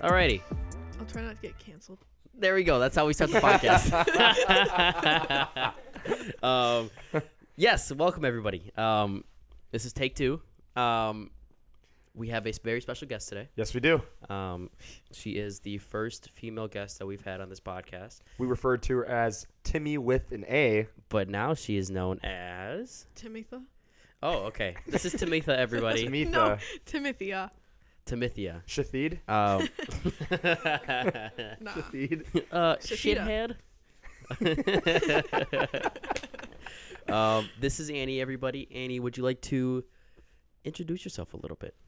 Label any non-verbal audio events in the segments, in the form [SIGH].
Alrighty. I'll try not to get canceled. There we go. That's how we start the podcast. [LAUGHS] um, yes, welcome everybody. Um, this is take two. Um, we have a very special guest today. Yes, we do. Um, she is the first female guest that we've had on this podcast, We referred to her as Timmy with an A. but now she is known as. Timitha? Oh, okay. This is Tamitha, everybody. Timitha. No, [LAUGHS] Timithia. Tamithia. Shathid. Um, Nah. Shathid. [LAUGHS] uh, Shakira. [LAUGHS] shithead. um, this is Annie, everybody. Annie, would you like to introduce yourself a little bit? [LAUGHS]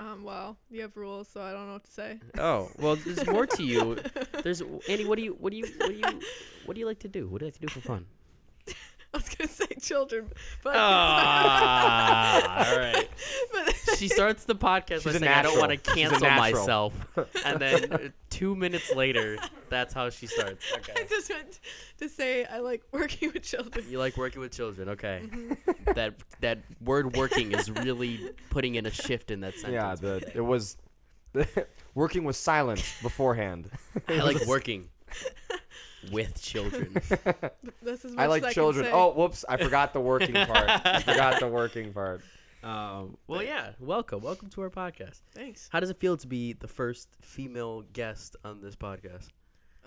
Um, well, you have rules, so I don't know what to say. [LAUGHS] Oh, well, there's more to you. There's Annie. What do you? What do you? What do you? What do you like to do? What do you like to do for fun? I was gonna say children, but Ah, all right. [LAUGHS] but [LAUGHS] She starts the podcast by She's a saying, "I don't natural. want to She's a cancel natural." myself," [LAUGHS] and then uh, two minutes later, that's how she starts. I just meant to say I like working with children. You like working with children, okay? that that word "working" is really putting in a shift in that Yeah, sentence. the, it was [LAUGHS] working with silence [LAUGHS] beforehand. I like [LAUGHS] working with children. That's as much I as like can children. say. Oh, whoops! I forgot [LAUGHS] the working part. I forgot the working part. Um, well, yeah, welcome, welcome to our podcast. thanks. How does it feel to be the first female guest on this podcast?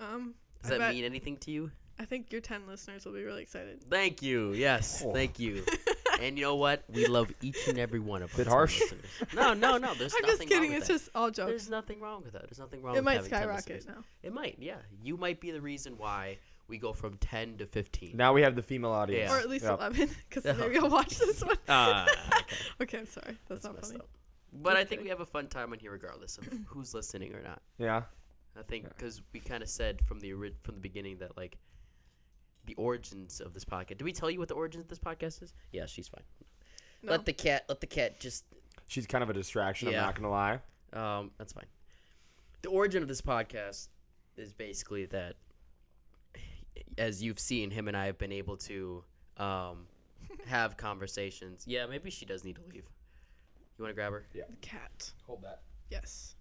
Um, Does that I bet- mean anything to you? I think your ten listeners will be really excited. Thank you. Yes, Oh. thank [LAUGHS] you. and you know what? We love each and every one of Bit our harsh. listeners. [LAUGHS] No, no, [LAUGHS] no. There's I'm nothing just Wrong kidding. with It's that. just all jokes. There's nothing wrong with that. There's nothing wrong. It with might having 10 listeners. skyrocket now. It might, yeah. You might be the reason why we go from 10 to 15. Now we have the female audience, Yeah. Or at least Yep. 11, because Yeah. maybe I'll watch this one. Ah, [LAUGHS] okay, I'm sorry. That's, not funny. Up. But Just I think kidding. we have a fun time on here, regardless [LAUGHS] of who's listening or not. Yeah, I think Yeah. because we kind of said from the ori- from the beginning that like the origins of this podcast. Did we tell you what the origins of this podcast is? Yeah, she's fine. No. Let the cat. Let the cat just. she's kind of a distraction. Yeah. I'm not gonna lie. Um, that's fine. The origin of this podcast is basically that, as you've seen, him and I have been able to um, have conversations. Yeah, maybe she does need to leave. You want to grab her? Cat. Hold that. Yes.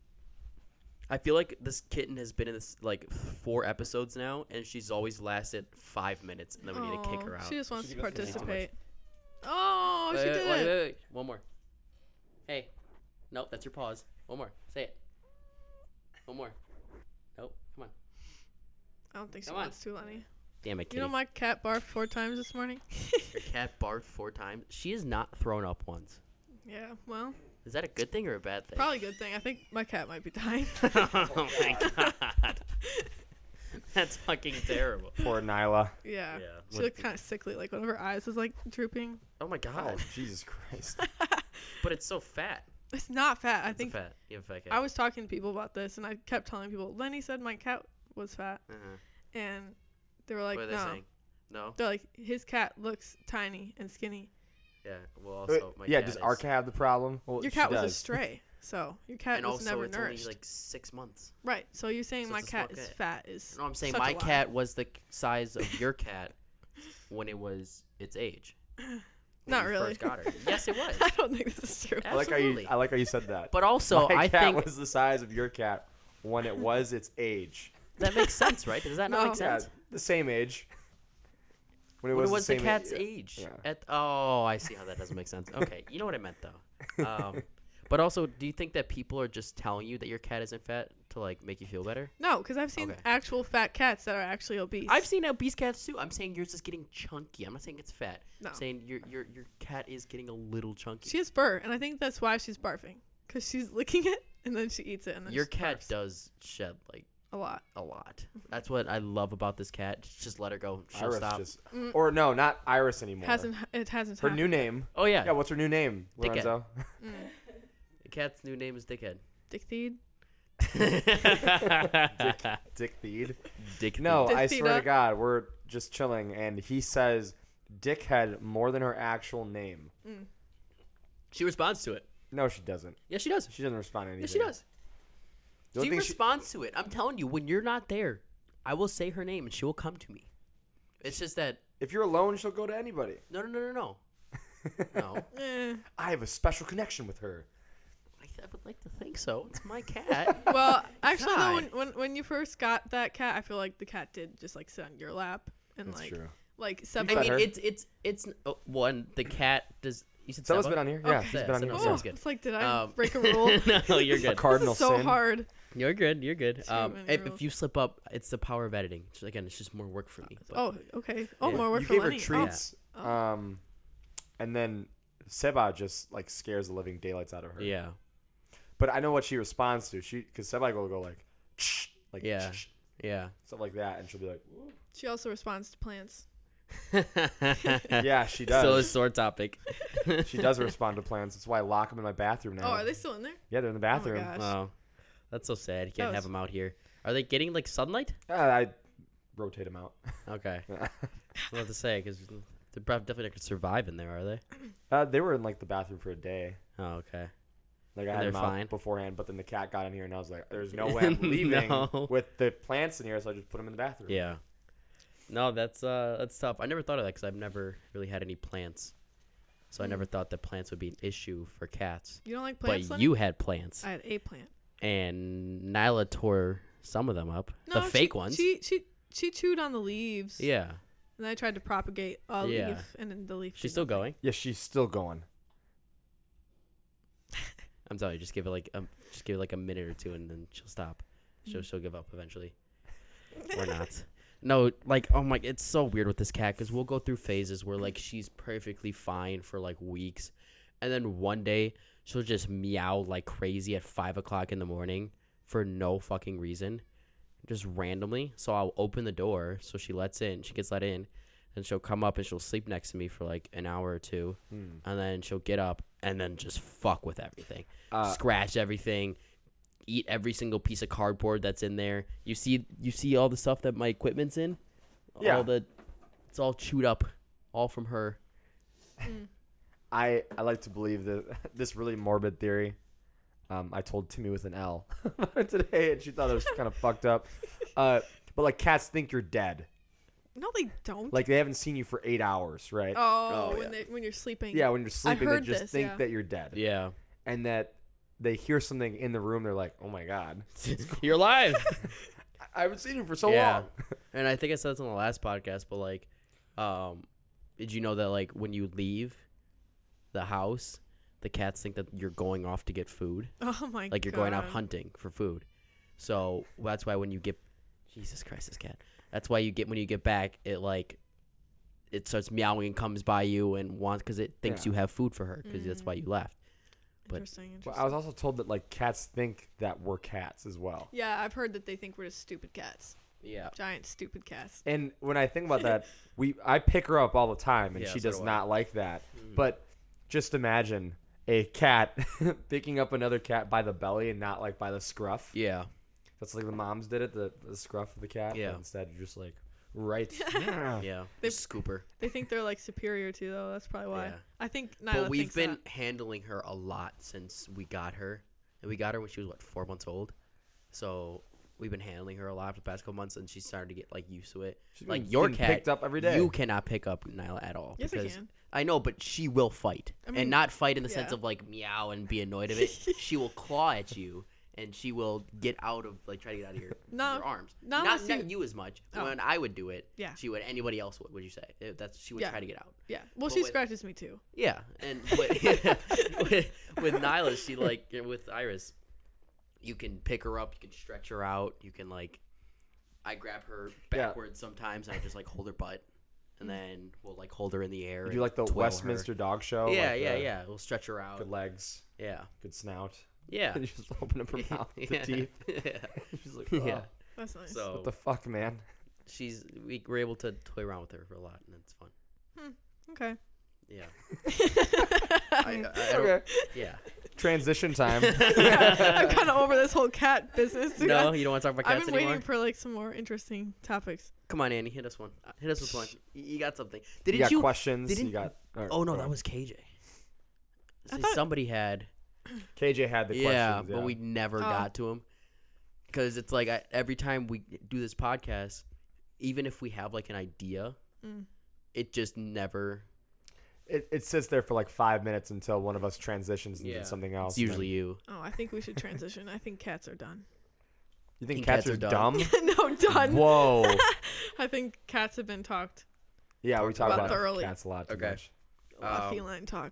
I feel like this kitten has been in this like four episodes now, and she's always lasted five minutes, and then we need to kick Aw, her out. She just wants She to goes to the house. participate. Oh, she Wait, did wait, it. wait, wait. One more. Hey. Nope, that's your pause. One more. Say it. One more. Nope. Come on. I don't think she Come on. wants to, Lenny. Damn it, kitty. You know my cat barfed four times this morning? [LAUGHS] Your cat barfed four times. She has not thrown up once. yeah, well, Is that a good thing or a bad thing? probably a good thing. I think my cat might be dying. [LAUGHS] [LAUGHS] oh my god. That's fucking terrible. [LAUGHS] Poor Nyla. yeah. Yeah. She looked kind of sickly. Like one of her eyes was like drooping. [LAUGHS] Oh my Oh god. Jesus Christ! But it's so fat. It's not fat. I It's a think fat. You have a fat cat. I was talking to people about this and I kept telling people, Lenny said my cat was fat. Uh-huh. And they were like, what are they no. saying? No. They're like, his cat looks tiny and skinny. Yeah. Well, [LAUGHS] also my Uh, yeah, cat does is, our cat have the problem? Well, Your she cat was does. a [LAUGHS] stray, so your cat and was also never it's nourished. only like six months. right. So you're saying so my it's a small cat is cat. fat is No, I'm saying such a my lie. cat was the c- size of your cat when it was its [LAUGHS] age. when Not you really. First got [LAUGHS] her. Yes, it was. I don't think this is true. I like how you. Absolutely. I like how you said that. But also, My I cat think was the size of your cat when it was its age. [LAUGHS] that makes sense, right? Does that not No. make Yeah, sense? the same age. [LAUGHS] When it When was, it was the, the, same cat's age. age. Yeah. At oh, I see how that doesn't make sense. Okay, you know what I meant though. [LAUGHS] Um, but also, do you think that people are just telling you that your cat isn't fat to like make you feel better? No, because I've seen Okay. actual fat cats that are actually obese. I've seen obese cats too. I'm saying yours is getting chunky. I'm not saying it's fat. No. I'm saying your your your cat is getting a little chunky. she has fur, and I think that's why she's barfing because she's [LAUGHS] licking it and then she eats it. And then your she cat barfs does shed like a lot. a lot. That's what I love about this cat. Just let her go. She'll Iris stop. just, Mm. or no, not Iris anymore. Hasn't it hasn't her happened. new name? Oh yeah. Yeah, what's her new name, Dickhead. Lorenzo? [LAUGHS] the cat's new name is Dickhead. Dicktheed. Dick Theed. Dick. No, I swear Dicktheda. to God, we're just chilling, and he says "dickhead" more than her actual name. She responds to it. No, she doesn't. Yeah, she does. She doesn't respond to anything. Yeah, she does. The only she thing she- responds to it. I'm telling you, when you're not there, I will say her name and she will come to me. It's just that if you're alone, she'll go to anybody. no, no, no, no, no. No, [LAUGHS] Eh, I have a special connection with her. I, th- I would like to think so. It's my [LAUGHS] cat. [LAUGHS] Well, actually, Hi. though, when, when when you first got that cat, I feel like the cat did just like sit on your lap and That's like true. like seven. I mean, her. it's it's it's oh, one. The cat does. You said Zella's Zella? been on here. Yeah, Okay. she's been on Yeah, here. Zella. oh, sounds good. it's like did I [LAUGHS] Um, break a rule? [LAUGHS] no, you're It's a good. cardinal this is so sin. hard. You're good. You're good. Too Um, many if, if rules. you slip up, it's the power of editing. It's- again, it's just more work for me. but- Oh, okay. Oh, Yeah. more work you for gave Lenny. her Oh, treats, um, and then Seba just like scares the living daylights out of her. yeah, But I know what she responds to. She because Seba will go like, "Shh," like Yeah. "Shh," [LAUGHS] yeah. [LAUGHS] stuff like that, and she'll be like, "Whoa." Oh, she also responds to plants. yeah, she Still a does. sore topic. [LAUGHS] she does respond to plans. That's why I lock them in my bathroom now. Oh, are they Oh still in there? Yeah, they're in the bathroom. [LAUGHS] gosh. Wow, that's so sad. You can't have That was- them out here. Are they getting like sunlight? Yeah, Uh, I rotate them out. [LAUGHS] Okay, I have to say because they're prob- definitely not gonna survive in there, are they? uh, they were in like the bathroom for a day. Oh, okay. Like And I had they're them out fine? beforehand, but then the cat got in here, and I was like, [LAUGHS] "There's no way I'm leaving No. with the plants in here," so I just put them in the bathroom. Yeah. No, that's uh, that's tough. I never thought of that because I've never really had any plants, so I never thought that plants would be an issue for cats. You don't like Hmm. plants? but Lenny? you had plants, I had a plant. and Nyla tore some of them up, the she- fake ones. She she she chewed on the leaves. yeah, And I tried to propagate a Yeah. leaf, and then the leaf. she's did still nothing. going. Yeah, she's still going. I'm telling you, just give it like um, just give it like a minute or two, and then she'll stop. She'll she'll give up eventually, [LAUGHS] [LAUGHS] or not. No, like oh my, it's so weird with this cat because we'll go through phases where like she's perfectly fine for like weeks, and then one day she'll just meow like crazy at five o'clock in the morning for no fucking reason, just randomly. So I'll open the door so she lets in, she gets let in, and she'll come up and she'll sleep next to me for like an hour or two, Hmm. and then she'll get up and then just fuck with everything Uh, scratch everything, eat every single piece of cardboard that's in there. You see, you see all the stuff that my equipment's in. Yeah. All the, it's all chewed up, all from her. I, I like to believe that [LAUGHS] this really morbid theory. Um, I told Timmy with an L [LAUGHS] about it today, and she thought it was [LAUGHS] kind of fucked up. Uh, but like cats think you're dead, No, they don't. like they haven't seen you for eight hours, right? oh, Oh, when yeah. they, when you're sleeping. Yeah, when you're sleeping, they heard just this, think yeah. that you're dead, Yeah, and that they hear something in the room. They're like, "Oh my [LAUGHS] god, [LAUGHS] you're alive. I- I haven't seen you for so Yeah. long." and I think I said this on the last podcast, but like, um, did you know that like when you leave the house, the cats think that you're going off to get food, Oh my god. like you're going out hunting for food. So that's why when you get, Jesus Christ, this cat. That's why you get when you get back, it like, it starts meowing and comes by you and wants because it thinks Yeah. you have food for her because that's Mm. why you left. but- Interesting. interesting. Well, I was also told that like cats think that we're cats as well. yeah, I've heard that they think we're just stupid cats, Yeah. giant stupid cats. And when I think [LAUGHS] about that, we I pick her up all the time, and Yeah, she so does do I. Hmm. not like that. But just imagine a cat [LAUGHS] picking up another cat by the belly and not like by the scruff. Yeah. That's like the moms did it, the, the scruff of the cat. but Yeah. instead, you're just like right. [LAUGHS] Yeah. They- Scooper. They think they're like superior to though. That's probably why. Yeah. I think Nyla But we've thinks been that. handling her a lot since we got her. And we got her when she was what four months old. So we've been handling her a lot for the past couple months, and she's started to get like used to it. She's like been your getting cat, picked up every day. You cannot pick up Nyla at all. Yes, I because- can. I know, but she will fight, mean, and not fight in the sense yeah. of like meow and be annoyed of [LAUGHS] it. she will claw at you, and she will get out of like try to get out of your, No, your arms. not not, unless not you- you as much. but Oh. When I would do it, Yeah. she would. Anybody else would? Would you say Eh, that's she would Yeah. try to get out? Yeah. Well, But she with- scratches me too. Yeah, and with, [LAUGHS] [LAUGHS] with, with Nyla, she like with Iris, you can pick her up, you can stretch her out, you can like, I grab her Yeah. backwards sometimes, and I just like hold her butt, and then we'll like hold her in the air. You and do like the twirl her. Westminster Dog Show. Yeah, like, yeah, the yeah. We'll stretch her out. Good legs, Yeah, good snout. [LAUGHS] [LAUGHS] yeah. And you just open up [LAUGHS] her mouth, the yeah. teeth. [LAUGHS] Yeah. [LAUGHS] She's like, Yeah. "Oh, That's nice. So what the fuck, man? she's we were able to toy around with her for a lot, and it's fun. okay. [LAUGHS] Yeah. I, I, I don't, Okay. [LAUGHS] Yeah. [LAUGHS] Transition time. I'm kind of over this whole cat business. dude. No, you don't want to talk about I've cats been anymore. waiting for like some more interesting topics. Come on, Annie, hit us one. Uh, Hit us with one. Y- You got something? Didn't [LAUGHS] you you? got questions. didn't- you got. or- oh no, or- that was KJ. I See, thought- somebody had. KJ had the yeah, questions. but we never Oh. got to him because it's like I, every time we do this podcast, even if we have like an idea, Mm. it just never it, it sits there for like five minutes until one of us transitions into Yeah. something else. It's usually you. Oh, I think we should transition. I think cats are done. [LAUGHS] you think cats, are dumb? [LAUGHS] no, done. Whoa. I think cats have been talked. Yeah, we talk About about, thoroughly. cats a lot. Too Okay. [LAUGHS] much. A lot of Um, feline talk.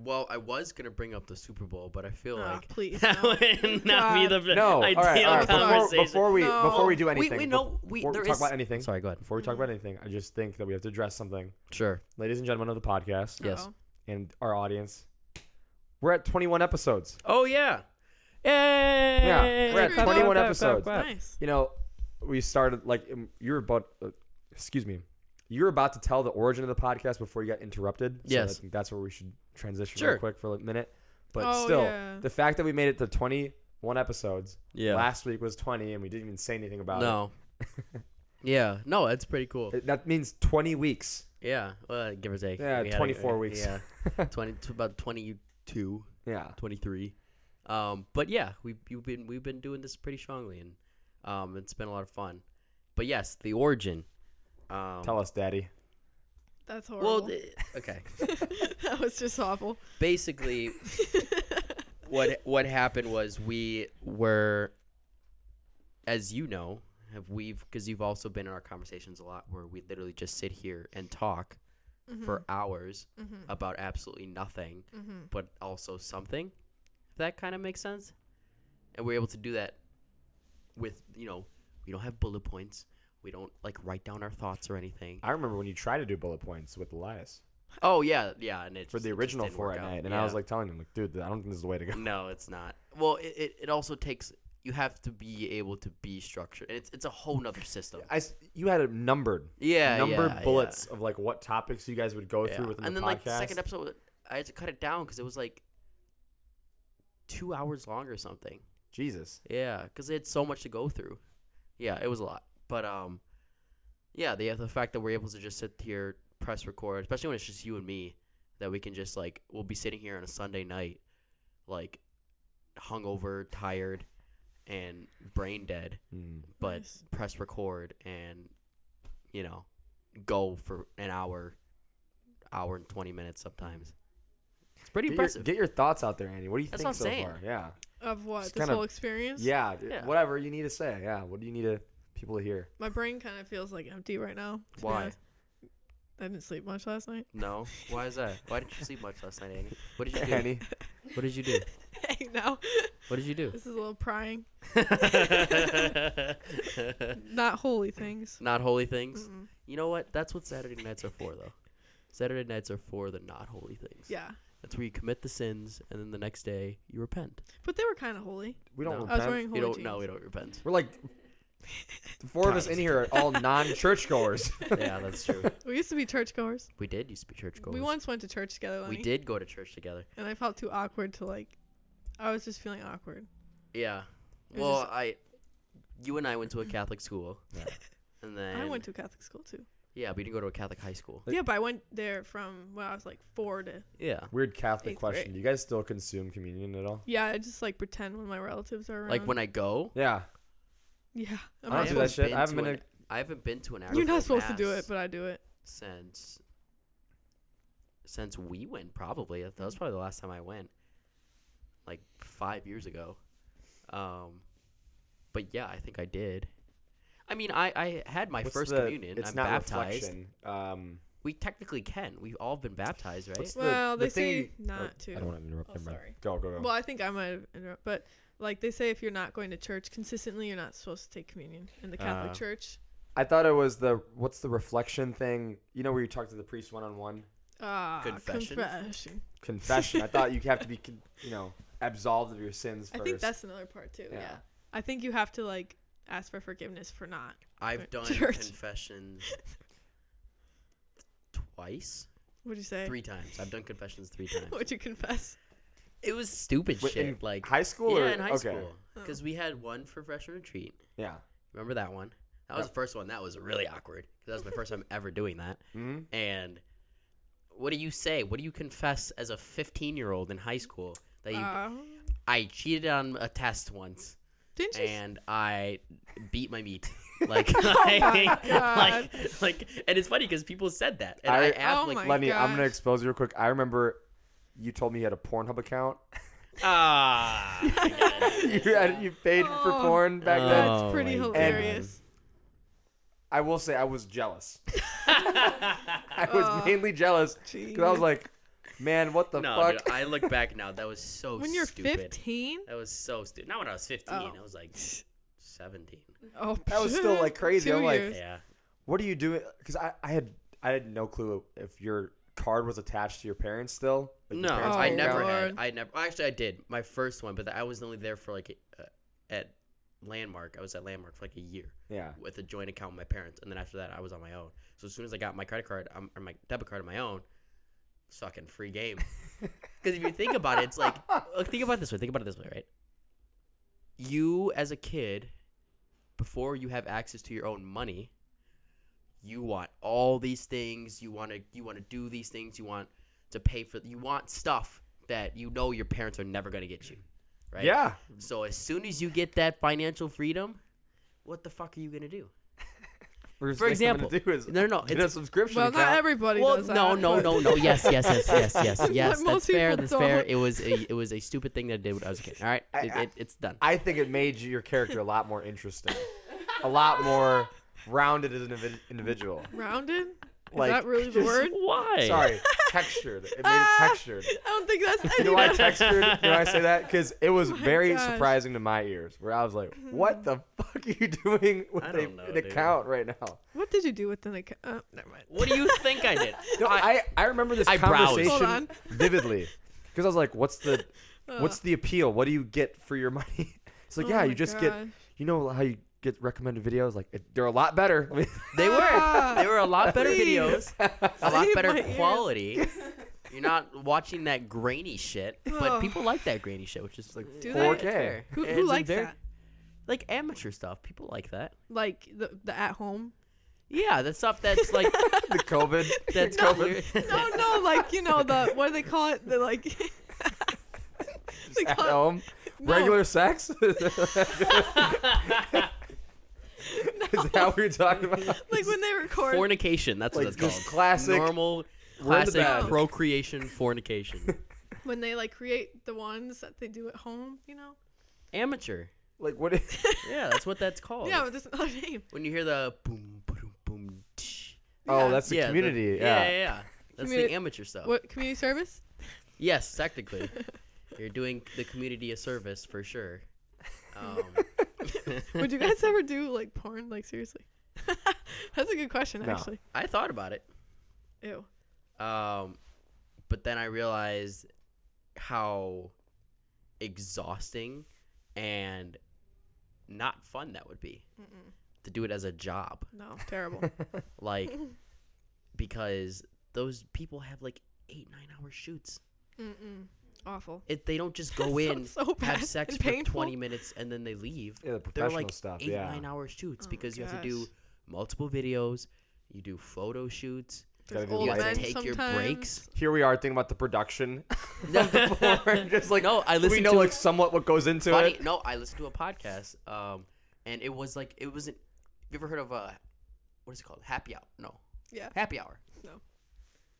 Well, I was gonna bring up the Super Bowl, but I feel Oh, like please. that no. would [LAUGHS] not be the ideal No, all right, all right. Before, conversation. before we No. before we do We- anything, we know- bef- we- before there talk is- about anything. Sorry, go ahead. Before we talk about anything, I just think that we have to address something, Sure. ladies and gentlemen of the podcast Yes. Uh-oh. and our audience. We're at 21 episodes. Oh yeah. Yeah, we're at Clap, 21 clap, clap, episodes. clap, clap. Nice. You know, we started like um, you were about. Uh, excuse me. You were about to tell the origin of the podcast before you got interrupted. Yes. so I think that's where we should transition Sure. real quick for a minute. But Oh, still, yeah. the fact that we made it to 21 episodes Yeah. Last week was 20, and we didn't even say anything about No. [LAUGHS] yeah. No, that's pretty cool. it. It- That means 20 weeks. Yeah. Well, give or take. Yeah, We had a- 24 weeks. [LAUGHS] Yeah. 20 to about 22, yeah. 23. Um, but yeah, we you've been we've been doing this pretty strongly and um it's been a lot of fun. But yes, the origin. Um Tell us, Daddy. That's Well, horrible. th- okay. [LAUGHS] that was just awful. [LAUGHS] Basically, what what happened was we were as you know have we've because you've also been in our conversations a lot where we literally just sit here and talk for hours about absolutely nothing but also something if that kind of makes sense and we're able to do that with you know we don't have bullet points we don't like write down our thoughts or anything I remember when you tried to do bullet points with Elias oh yeah yeah and it's for the original four at night, and I was like telling him, like, dude, I don't think this is the way to go. No, it's not. Well, it, it, it also takes you have to be able to be structured. It's it's a whole nother system. I s you had it numbered, Yeah, numbered yeah, bullets of like what topics you guys would go yeah, yeah. through within and the then podcast. like the second episode, I had to cut it down because it was like two hours long or something. Jesus, Yeah, because they had so much to go through. Yeah, it was a lot. But um, yeah, the the fact that we're able to just sit here, press record, especially when it's just you and me, that we can just like we'll be sitting here on a Sunday night, like hungover, tired, and brain dead, Mm. but Nice. press record and you know go for an hour, hour and twenty minutes sometimes. It's pretty get, your, impressive. get your thoughts out there, Andy. What do you That's think what I'm so saying. far? Yeah, Of what? It's this kinda- whole experience? yeah, d- Yeah. Whatever you need to say. Yeah, what do you need to people to hear? My brain kind of feels like empty right now. to be Why? honest. I didn't sleep much last night. No. Why is that? Why didn't you sleep much last night, Annie? What [LAUGHS] did you do? Annie, What did you do? hey, now What did you do? this is a little prying. Not holy things. [LAUGHS] not holy things. Mm-mm. You know what? That's what Saturday nights are for, though. Saturday nights are for the not holy things. Yeah, That's where you commit the sins, and then the next day you repent. but they were kind of holy. we don't No. I was repent. wearing holy you don't. jeans. No, we don't [LAUGHS] repent. We're like the four of us in Guys. here are [LAUGHS] all non-churchgoers. [LAUGHS] yeah, that's true. We used to be churchgoers. We did used to be churchgoers. We once went to church together. We Lenny, did go to church together. and I felt too awkward to like. I was just feeling awkward. Yeah. It was Well, just- I, you and I went to a Catholic school, Yeah. and then I went to Catholic school too. Yeah, but you didn't go to a Catholic high school. Like- yeah, but I went there from when I was like four to. Yeah. Weird Catholic Eighth question. grade. Do you guys still consume communion at all? Yeah, I just like pretend when my relatives are around. Like when I go, Yeah. Yeah, I'm I don't not do supposed- that shit. I haven't to been an- I haven't been to an. You're actual not supposed to do mass. it, but I do it. since since we went probably that Mm-hmm. was probably the last time i went like five years ago um but yeah i think i did i mean i i had my What's first the- communion It's i'm not baptized reflection. Um, we technically can we've all been baptized right what's the- Well, the they say thing- not I to. don't want to interrupt. Oh, Never mind. sorry. Go go go. Well, I think I might have interrupt, but like they say, if you're not going to church consistently, you're not supposed to take communion in the Catholic Ah. Church. I thought it was the what's the reflection thing? You know where you talk to the priest one on one. Ah, Confession? confession. Confession. I thought you have to be con- you know absolved of your sins I first. think that's another part too. Yeah. Yeah. I think you have to like ask for forgiveness for not. i've done Church. [LAUGHS] confessions twice What'd you say? three times i've done confessions three times [LAUGHS] What'd you confess? it was stupid Wait, shit in like high school or yeah in high okay. school because we had one for freshman retreat Yeah. Remember that one? That was Yep. the first one. That was really awkward because that was my first time ever doing that. hmm And what do you say? What do you confess as a 15 year old in high school that you? Uh, I cheated on a test once didn't you? s- [LAUGHS] and I beat my meat. Like, Oh my [LAUGHS] like, God. like, and it's funny because people said that, and I, I- asked, Oh like, my- Lenny, I'm gonna gosh. expose you real quick. I remember you told me you had a Pornhub account. [LAUGHS] ah, I got [LAUGHS] you, it. [LAUGHS] had, you paid for Oh. porn back Oh. then. That's pretty my God. hilarious. I will say I was jealous. [LAUGHS] I was mainly jealous because I was Jeez. like, man, [LAUGHS] what the no, fuck? dude, I look back now. That was so when you're stupid. 15? That was so stupid. Not when I was 15. Oh. I was like 17. [LAUGHS] Oh, That was still, like, [LAUGHS] crazy. two I'm like- years. Yeah. what are you doing? Because I, I had I had no clue if your card was attached to your parents still. like your No, parents' I bank never account. had. Lord. I never. Actually, I did my first one, but I was only there for like uh, at Landmark. I was at Landmark for like a year Yeah, with a joint account with my parents, and then after that, I was on my own. So as soon as I got my credit card um, or my debit card on my own, it's fucking free game. Because if you think about it, it's like look, think about it this way. Think about it this way, right? You as a kid, before you have access to your own money, you want all these things. You want to you want to do these things. You want to pay for. You want stuff that you know your parents are never gonna get you, right? yeah. So as soon as you get that financial freedom, what the fuck are you gonna do? First For thing I'm gonna example- do is No, no, no, get a it's- subscription Well, account. not everybody Well, does that. no, no, but- no, no. Yes, yes, yes, yes, yes, [LAUGHS] But yes. That's most fair. people That's fair. don't. It was a it was a stupid thing that I did when I was a kid. All right, I- it, I- it, it's done. I think it made your character a lot more interesting, a lot more rounded as an invi- individual. [LAUGHS] Rounded? Is Like, that really the [LAUGHS] just- word? Why? Sorry, textured. It made it Ah, textured. [LAUGHS] I don't think that's any [LAUGHS] Do I of that. textured? Do I say that? Because it was Oh my very gosh. Mm-hmm. surprising to my ears, where I was like, "What the fuck are you doing with I a, don't know, an dude. account right now?" [LAUGHS] What did you do with the Nic- Uh, never mind. What do you think I did? No, I I remember this I browsed. Hold conversation on. vividly because I was like, "What's the [LAUGHS] what's Ugh. the appeal? What do you get for your money?" [LAUGHS] It's like, Oh yeah, my you just get gosh. you know how you get recommended videos. Like it, they're a lot better. [LAUGHS] I mean, They were. Ah, They were a lot better please. [LAUGHS] videos, a lot Save better my ears. [LAUGHS] quality. You're not watching that grainy shit, but Ugh. people like that grainy shit, which is like Oh. Do they? 4K. Who, It's who a likes very- that? Like amateur stuff. People like that. Like the, the at home? Yeah, the stuff that's [LAUGHS] like the COVID. that's No. clear- No, no, like you know the what do they call it? The like [LAUGHS] they at call it- home. No. [LAUGHS] [LAUGHS] Regular sex? Is that what you're talking about? like when [LAUGHS] they record. fornication. That's Like what it's just called. classic- normal, We're in the classic bag. procreation fornication. when they like create the ones that they do at home, you know? [LAUGHS] amateur. Like what? Is, Yeah, that's what that's called. [LAUGHS] yeah, but [LAUGHS] there's another name. When you hear the boom, boom, boom. Tsh. Oh, Yeah. that's the Yeah, the- community. yeah. yeah, yeah. yeah. That's Communi- the amateur stuff. What community service? Yes, [LAUGHS] technically, you're doing the community a service for sure. [LAUGHS] Um, [LAUGHS] Would [LAUGHS] you guys ever do like porn? Like seriously? [LAUGHS] That's a good question, No. actually. I thought about it, Ew. um, but then I realized how exhausting and not fun that would be Mm-mm. to do it as a job. No, terrible. Like, [LAUGHS] because those people have like eight, nine hour shoots. Mm-mm. Awful. It, they don't [LAUGHS] just That go in, sounds so have bad sex and for painful. 20 minutes, and then they leave. Yeah, the they're professional like stuff. eight yeah. nine hour shoots Oh my because you have to do gosh. multiple videos you do photo shoots Gotta There's be old you have men to take your breaks sometimes. Here we are thinking about [LAUGHS] the production. [LAUGHS] Porn, just like no i listened we know to like somewhat what goes into funny, it. no i listened to a podcast um and it was like it wasn't you ever heard of uh what is it called happy hour no Yeah. happy hour No.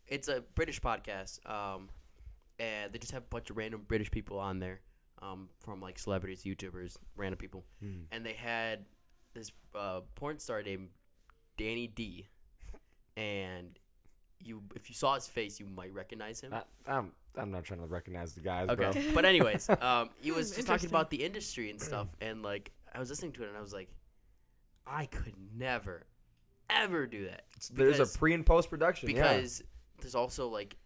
it's a british podcast um and they just have a bunch of random british people on there um from like celebrities youtubers random people and they had this uh, porn star named Danny D, and you if you saw his face, you might recognize him. I, I'm I'm not trying to recognize the guys, [LAUGHS] bro. Okay, but anyways, um, [LAUGHS] he was just Hmm, talking interesting. about the industry and stuff, and like I was listening to it, and I was like, I could never, ever do that There's because- a pre and post production. because there's also like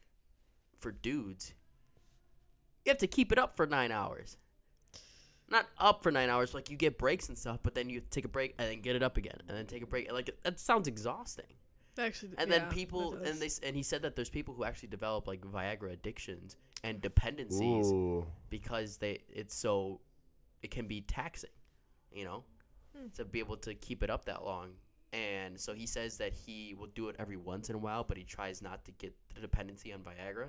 for dudes, you have to keep it up for nine hours. Not up for nine hours, like you get breaks and stuff, but then you take a break and then get it up again, and then take a break. Like that sounds exhausting. Actually, And yeah, then that people, does. and they, s- and he said that there's people who actually develop like Viagra addictions and yeah. dependencies Ooh. because they it's so it can be taxing, you know, to be able to keep it up that long. And so he says that he will do it every once in a while, but he tries not to get the dependency on Viagra.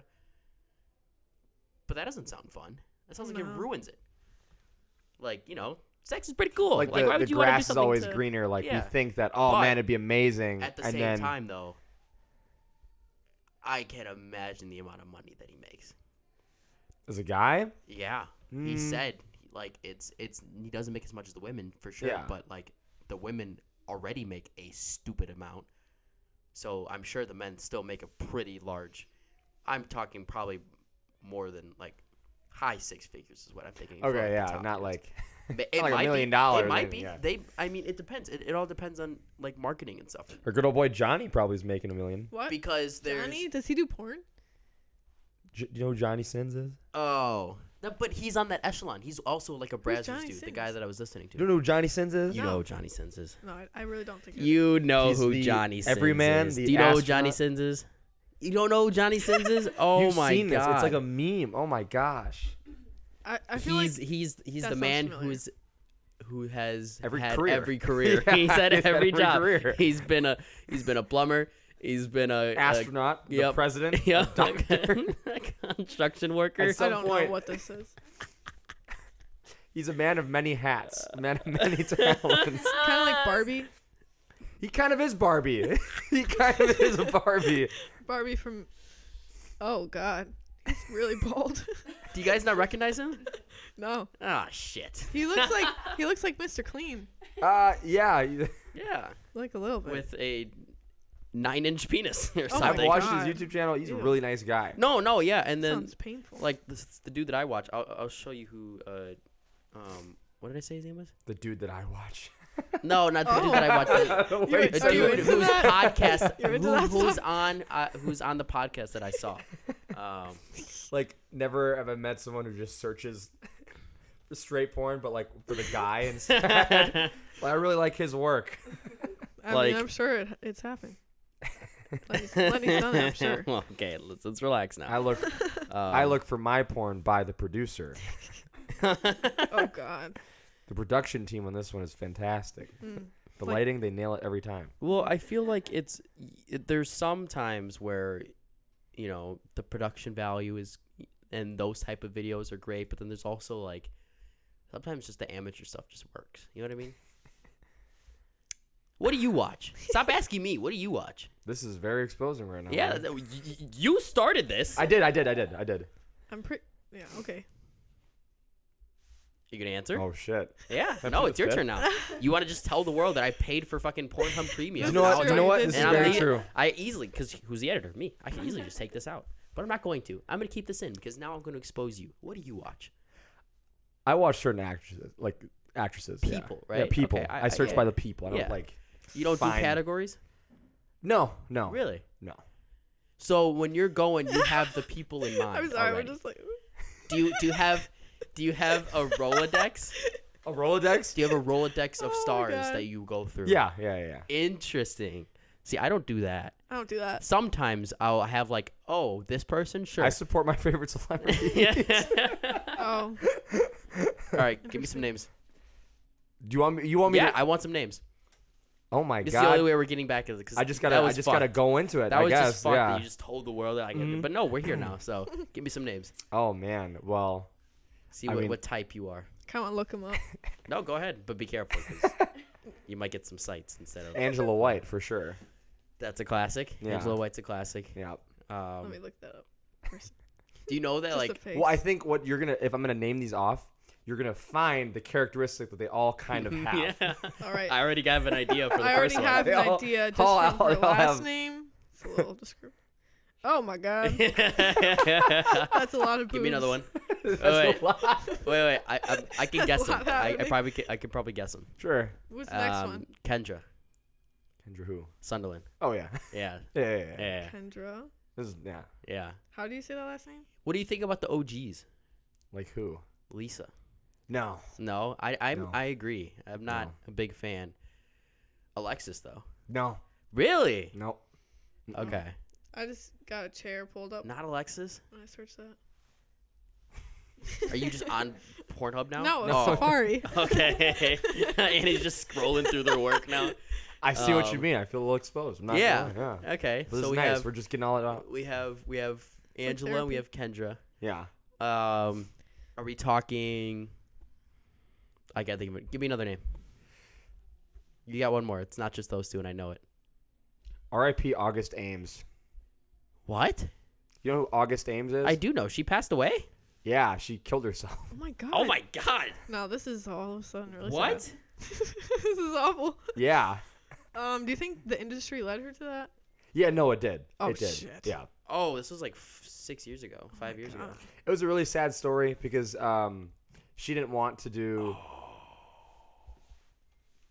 But that doesn't sound fun. That sounds like it No. ruins it. Like you know, sex is pretty cool. like, Like, the, why the would you want to grass do is something always to- greener. Like Yeah. we think that, oh But man, it'd be amazing. At the and same then, time, though, I can't imagine the amount of money that he makes. as a guy, Yeah, he Mm. said like it's it's he doesn't make as much as the women for sure, Yeah. but like the women already make a stupid amount, so I'm sure the men still make a pretty large. I'm talking probably more than like high six figures is what I'm thinking. for, okay, the yeah, top [LAUGHS] not end. like Ma- like a might be- million dollars, It I might be. mean, yeah. They. I mean, it depends. It, it all depends on like marketing and stuff. her good old boy Johnny probably is making a million. What? Because there's Johnny? Does he do porn? J- you know who Johnny Sins is? Oh, no, but he's on that echelon. He's also like a Brazzers Johnny dude, the Sins? guy that I was listening You don't to. know who Johnny Sins is? You No. know who Johnny Sins is. No, I, I really don't think. I do. You know He's who the Johnny Sins everyman, is. the Do you know who Johnny astronaut. Sins is? You don't know who Johnny Sins [LAUGHS] is? Oh You've my seen god! This. It's like a meme. Oh my gosh. I, I feel he's like he's he's that the sounds man familiar. who's who has Every had career. [LAUGHS] every career. Yeah, he's had he's had every every job. career. He's been a he's been a plumber. He's been a a- [LAUGHS] Astronaut, the yep. president, [LAUGHS] the Yep. doctor. [LAUGHS] a construction worker. At I some don't point- know what [LAUGHS] this is. He's a man of many [LAUGHS] hats, a man of many talents. kind of Ah. like Barbie. he kind of is [LAUGHS] Barbie. he kind of is a Barbie. Barbie from. Oh God, he's really bald. [LAUGHS] Do you guys not recognize him? no, Ah, shit. he looks like he looks like Mr. Clean, Uh, yeah. Yeah, like a little bit. with a nine-inch penis or Oh my I've something. watched God. his YouTube channel. He's Ew. a really nice guy. No, no, yeah, and then Sounds painful. like this, the dude that I watch, I'll, I'll show you who. Uh, um, what did I say his [LAUGHS] name was? The dude that I watch. No, not the dude that I watch. [LAUGHS] The, Wait, You're- the Are Oh. you dude into whose that? podcast, You're into who, that who's stuff? on, uh, who's on the podcast that I [LAUGHS] saw. Um, [LAUGHS] like never have I met someone who just searches [LAUGHS] for straight porn, but like for the guy [LAUGHS] instead. Well, I really like his work. I like- mean, I'm sure it, [LAUGHS] it's happened. Lenny's, Lenny's done it, I'm sure. [LAUGHS] okay, let's, let's relax now. I look, Um, I look for my porn by the producer. Um, [LAUGHS] [LAUGHS] Oh God. The production team on this one is fantastic. Mm. The Like- lighting, they nail it every time. Well, I feel like it's it, there's some times where you know the production value is and those type of videos are great, but then there's also like sometimes just the amateur stuff just works. You know what I mean? What do you watch? Stop [LAUGHS] asking me. What do you watch? This is very exposing right now. Yeah, man. that- y- y- you started this. I did, I did, I did, I did. I'm pretty. Yeah. Okay. You gonna answer? Oh shit! yeah. I No, put it's your a turn now. You want to just tell the world that I paid for fucking Pornhub Premium? [LAUGHS] You know what- you know what? This And is I'm very the- true. I easily, because who's the editor? Me. I can easily just take this out. But I'm not going to. I'm going to keep this in because now I'm going to expose you. What do you watch? I watch certain actresses, like actresses, yeah. People, Yeah, right? people. Okay, I- I, I- search yeah. by the people. I don't Yeah. like. You don't Fine. do categories? No, no, Really? no. So when you're going, you have the people [LAUGHS] in mind. [LAUGHS] I'm sorry. already. We're just like. [LAUGHS] Do you do you have do you have a Rolodex? A Rolodex? Do you have a Rolodex of Oh my stars God. that you go through? Yeah, yeah, yeah. yeah. Interesting. See, I don't do that. I don't do that. Sometimes I'll have like, oh, this person, sure. I [LAUGHS] support my favorite celebrity. yeah. Oh. [LAUGHS] All right, give me some names. Do you want me? You want me yeah, to? I want some names. oh my This is the god! only way we're getting back to this. I just gotta. that I was just fun. gotta go into it. That I was guess. just fun yeah. that you just told the world that I Mm-hmm. get it. But no, we're here now, [LAUGHS] so give me some names. Oh man. Well, See I what, mean- what type you are. Come on, look him up. No, go ahead, but be careful 'cause you might get some sights instead [LAUGHS] of. Angela White for sure. That's a classic. Yeah. Angela White's a classic. Yeah. Um, Let me look that up. First. do you know that Just like the face. Well, I think what you're gonna, if I'm gonna name these off, you're gonna find the characteristic that they all kind [LAUGHS] of have. [LAUGHS] [LAUGHS] yeah. All right. I already have an idea [LAUGHS] for the oh, I already first have They an all- idea just all from out- her oh, they all last have- name. It's [LAUGHS] a little descriptive. Oh my [LAUGHS] god, one. that's a lot of boobs. give me another one. That's Alright. a lot. Oh, Wait, wait. I I, I can [LAUGHS] That's guess a them. lot I, I happening. probably can, I can probably guess them. Sure. What's the next Um, one? Kendra Kendra who? Sunderland. Oh yeah. [LAUGHS] Yeah. Yeah. Yeah. yeah. Yeah. Kendra. This is, yeah. Yeah. How do you say that last name? What do you think about the OGs? Like who? Lisa. No. No, I I'm, No. I agree. I'm not No. a big fan. Alexis though. No. Really? No. Okay. I just got a chair pulled up Not Alexis? when I searched that. Are you just [LAUGHS] on Pornhub now? [LAUGHS] Oh. No, No. it's Safari. [LAUGHS] Okay. Annie's just scrolling through their work now. I see what you Um, mean. I feel a little exposed. I'm not Yeah. gonna lie, yeah. Okay. This so is we nice. have We're just getting all it out. we have we have like Angela and we have Kendra. Yeah. Um are we talking I can't think of it. Give me another name. You got one more. It's not just those two, and I know it. R.I.P. August Ames. What? You know who August Ames is? I do know. She passed away. Yeah, she killed herself. [LAUGHS] Oh my god. Oh my god. No, this is all of a sudden really. What? sad. [LAUGHS] this is awful. Yeah. Um, do you think the industry led her to that? Yeah, no, it did. Oh, it did. shit. Yeah. Oh, this was like f- six years ago, five Oh my years ago. God. It was a really sad story because um, she didn't want to do. Oh.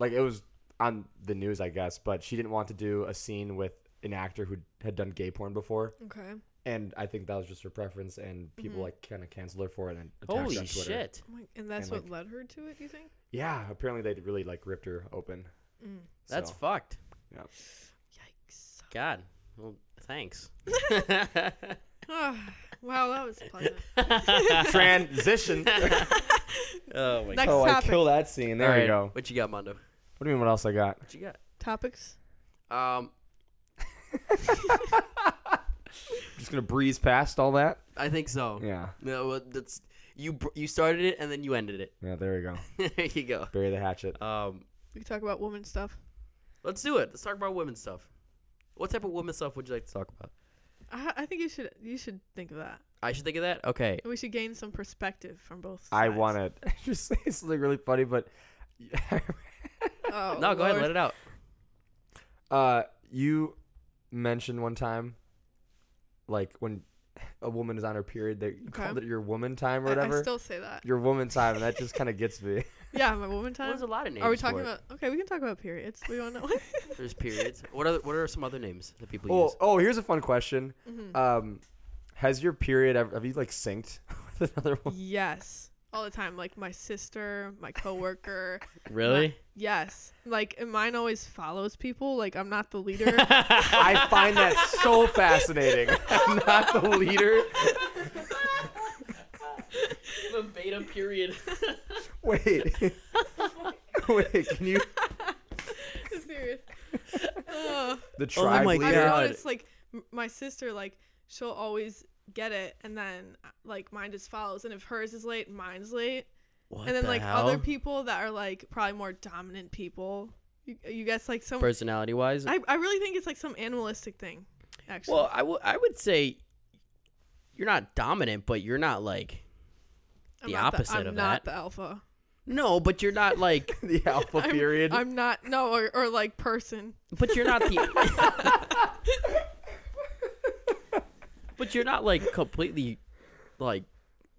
Like, it was on the news, I guess, but she didn't want to do a scene with an actor who had done gay porn before. Okay. And I think that was just her preference, and people, Mm-hmm. like, kind of canceled her for it and attacked her Holy on Twitter. shit. Oh my, and that's And, what led her to it. You think? Yeah, apparently they really, like, ripped her open. Mm. That's So, fucked. Yikes. God. Well, [LAUGHS] thanks. [LAUGHS] Ah, wow, that was [LAUGHS] pleasant. transition. oh my [LAUGHS] Next- god. oh, I topic. kill that scene. There you go. What you got, Mondo? What do you mean? What else I got? What you got? Topics. Um, Just gonna breeze past all that. I think so. Yeah. No, well, that's you. br- You started it and then you ended it. [LAUGHS] Yeah. There we go. there you go. Bury the hatchet. Um, We can talk about woman stuff. let's do it. Let's talk about women stuff. What type of women stuff would you like to talk about? I, I think you should you should think of that. I should think of that. Okay. We should gain some perspective from both. I sides. want to [LAUGHS] just say something really funny, but [LAUGHS] Oh, no, go ahead. Lord. Let it out. uh, you mentioned one time, like when a woman is on her period, they you called it your woman time or I- whatever. I, still say that. your woman time, and that just kind of gets [LAUGHS] me. Yeah, my woman Well, time. There's a lot of names. Are we for talking it. about? Okay, we can talk about periods. We don't know. [LAUGHS] There's [LAUGHS] periods. What are What are some other names that people Oh, use? oh, here's a fun question. [LAUGHS] Mhm. Um, has your period ever? Have you like synced [LAUGHS] with another [LAUGHS] woman? yes, all the time. Like my sister, my [LAUGHS] coworker. Really? yes, like and mine always follows people. Like I'm not the leader. [LAUGHS] [LAUGHS] I find that so fascinating. [LAUGHS] I'm not the leader. [LAUGHS] the beta period. [LAUGHS] [LAUGHS] Wait. Wait, can you [LAUGHS] Serious. Ugh. the Oh tribe my I leader? God. don't know. It's like m- my sister, like she'll always get it, and then like mine just follows. And if hers is late, mine's late. What and then the like hell? other people that are like probably more dominant people. You, you guess like some. Personality wise. I, I really think it's like some animalistic thing. Actually, Well, I w- I would say you're not dominant, but you're not like I'm the not opposite the, I'm of not that. the alpha. no, but you're not like [LAUGHS] The alpha I'm- period. I'm not no or, or like person. but you're not the [LAUGHS] But you're not like completely like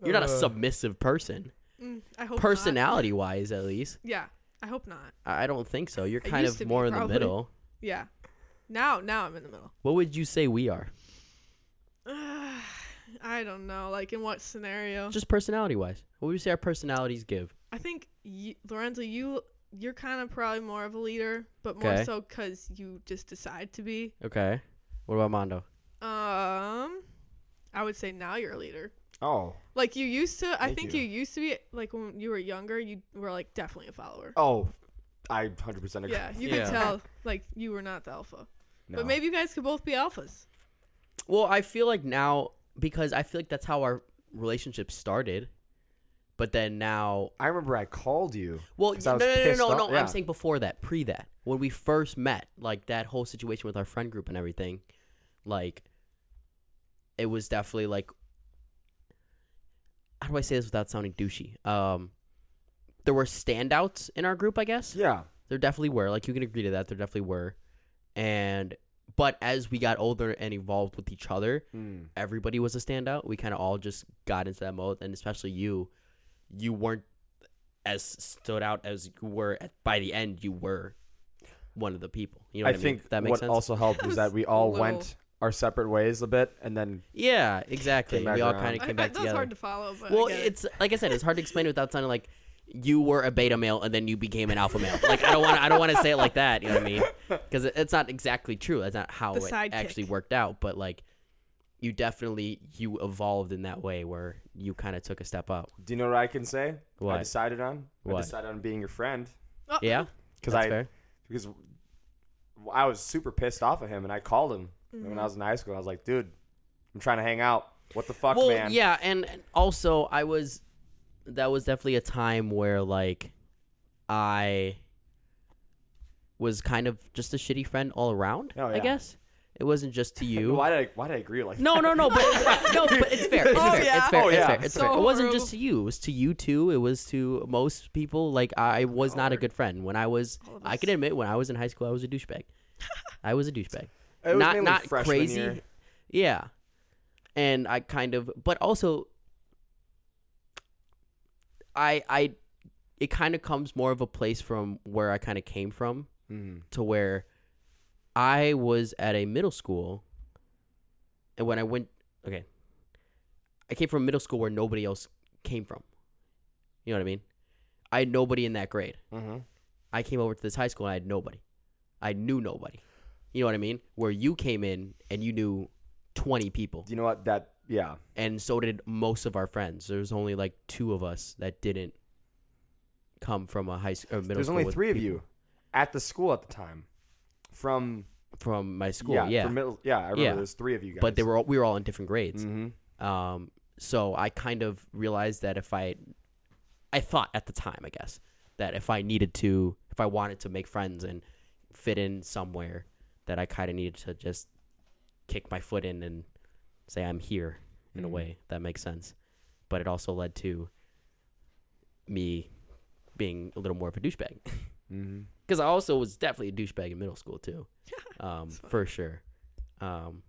you're not a Uh. submissive person. Mm, I hope not. Personality wise at least. Yeah, I hope not. I I don't think so. You're kind used of to be, more in the probably. middle. Yeah, now now I'm in the middle. [SIGHS] What would you say we are? I don't know. Like in what scenario? Just personality wise. What would you say our personalities give? I think you, Lorenzo, you you're kind of probably more of a leader, but more Okay. so 'cause you just decide to be. Okay. What about Mondo? Um, I would say now you're a leader. oh. Like you used to, I Thank think you. you. used to be like when you were younger, you were like definitely a follower. Oh. I 100% agree. Yeah, you Yeah. could tell like you were not the alpha, No. but maybe you guys could both be alphas. Well, I feel like now because I feel like that's how our relationship started. But then now I remember I called you. Well, 'Cause I no, was no, no, no, pissed no, off- no. yeah. I'm saying before that, pre that, when we first met, like that whole situation with our friend group and everything, like it was definitely like, how do I say this without sounding douchey? Um, there were standouts in our group, I guess. Yeah. There definitely were. Like you can agree to that. There definitely were, and but as we got older and evolved with each other, Mm. everybody was a standout. We kind of all just got into that mode, and especially you, you weren't as stood out as you were at, by the end. You were one of the people. You know, I what I think mean? that makes what sense. also helped was was that [LAUGHS] we a all little- went our separate ways a bit, and then yeah, exactly. Came back We all around. kind of I, came I- back that's together. hard to follow. But I well, get it. it's like I said, it's hard to explain without sounding like you were a beta male and then you became an alpha male. Like I don't want I don't want to say it like that. You know what I mean? Because it, it's not exactly true. That's not how The it sidekick. actually worked out. But like. You definitely you evolved in that way where you kind of took a step up. do you know what I can say? I What? decided on. I What? decided on being your friend Oh, [LAUGHS] Yeah, because That's I fair. because I was super pissed off at him, and I called him when Mm-hmm. I was in high school. I was like, "Dude, I'm trying to hang out. What the fuck, well, man?" yeah, and and also I was that was definitely a time where like I was kind of just a shitty friend all around. Oh, I yeah. guess it wasn't just to you. [LAUGHS] Why did I, why did I agree like No, that? no, no, but [LAUGHS] no, but it's fair. It's Oh, fair. yeah. It's fair. Oh, It's yeah. fair. It's So fair. It wasn't horrible. just to you. It was to you too. It was to most people. Like I I was not a good friend when I was. All of I us. can admit when I was in high school, I was a douchebag. I was a douchebag. It was not mainly not freshman crazy. year. Yeah, and I kind of, but also, I I, it kind of comes more of a place from where I kind of came from Mm. to where I was at a middle school, and when I went, okay, I came from a middle school where nobody else came from. You know what I mean? I had nobody in that grade. Mm-hmm. I came over to this high school and I had nobody. I knew nobody. You know what I mean? Where you came in and you knew 20 people, Do you know what that? Yeah, and so did most of our friends. There was only like two of us that didn't come from a high school or middle there's school. only with three of people you at the school at the time. From from my school. yeah, Yeah, From middle, yeah, I remember Yeah. there's three of you guys. but they were all, we were all in different grades. Mm-hmm. Um, so I kind of realized that if I, I thought at the time, I guess, that if I needed to, if I wanted to make friends and fit in somewhere, that I kind of needed to just kick my foot in and say I'm here in a Mhm. way if that makes sense. But it also led to me being a little more of a douchebag Mm-hmm. because I also was definitely a douchebag in middle school too, um, [LAUGHS] That's funny. for sure. Um,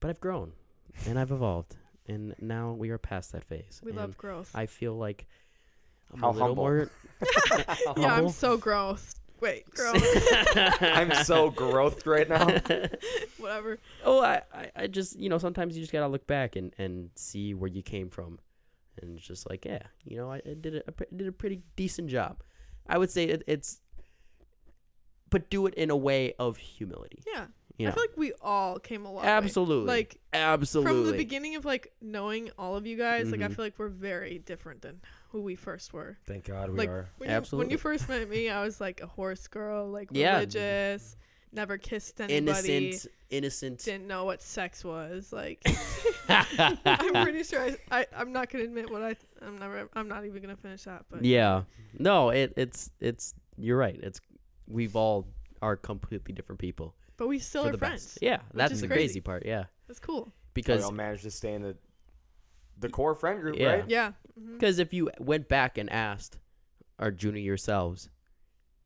but I've grown and I've evolved, and now we are past that phase. We and love growth. Mm. I feel like I'm How a little humble. more. [LAUGHS] yeah, I'm humble. so gross. [LAUGHS] Wait, gross. [LAUGHS] I'm so growth right now. Whatever. oh, I, I, I just you know sometimes you just gotta look back and and see where you came from, and it's just like yeah, you know I, I did a I pre- did a pretty decent job. I would say it, it's, but do it in a way of humility. Yeah. You I know, feel like we all came a long way. absolutely, Like absolutely. from the beginning of like knowing all of you guys, like I Mhm. feel like we're very different than who we first were. Thank God we Like- are. When you, when Absolutely. you first met me, I was like a horse girl, like Yeah. religious, never kissed anybody, [LAUGHS] innocent, innocent. didn't know what sex was. [LAUGHS] Like [LAUGHS] I'm pretty sure I, I I'm not gonna admit what I th- I'm never I'm not even gonna finish that. But yeah, no, it, it's it's you're right. It's we've all are completely different people but we still for are the friends. best. Yeah, that's is the crazy. crazy part. Yeah, That's cool. We [LAUGHS] because all managed to stay in the the core friend group, Yeah. right? Yeah. hmm because if you went back and asked our junior year selves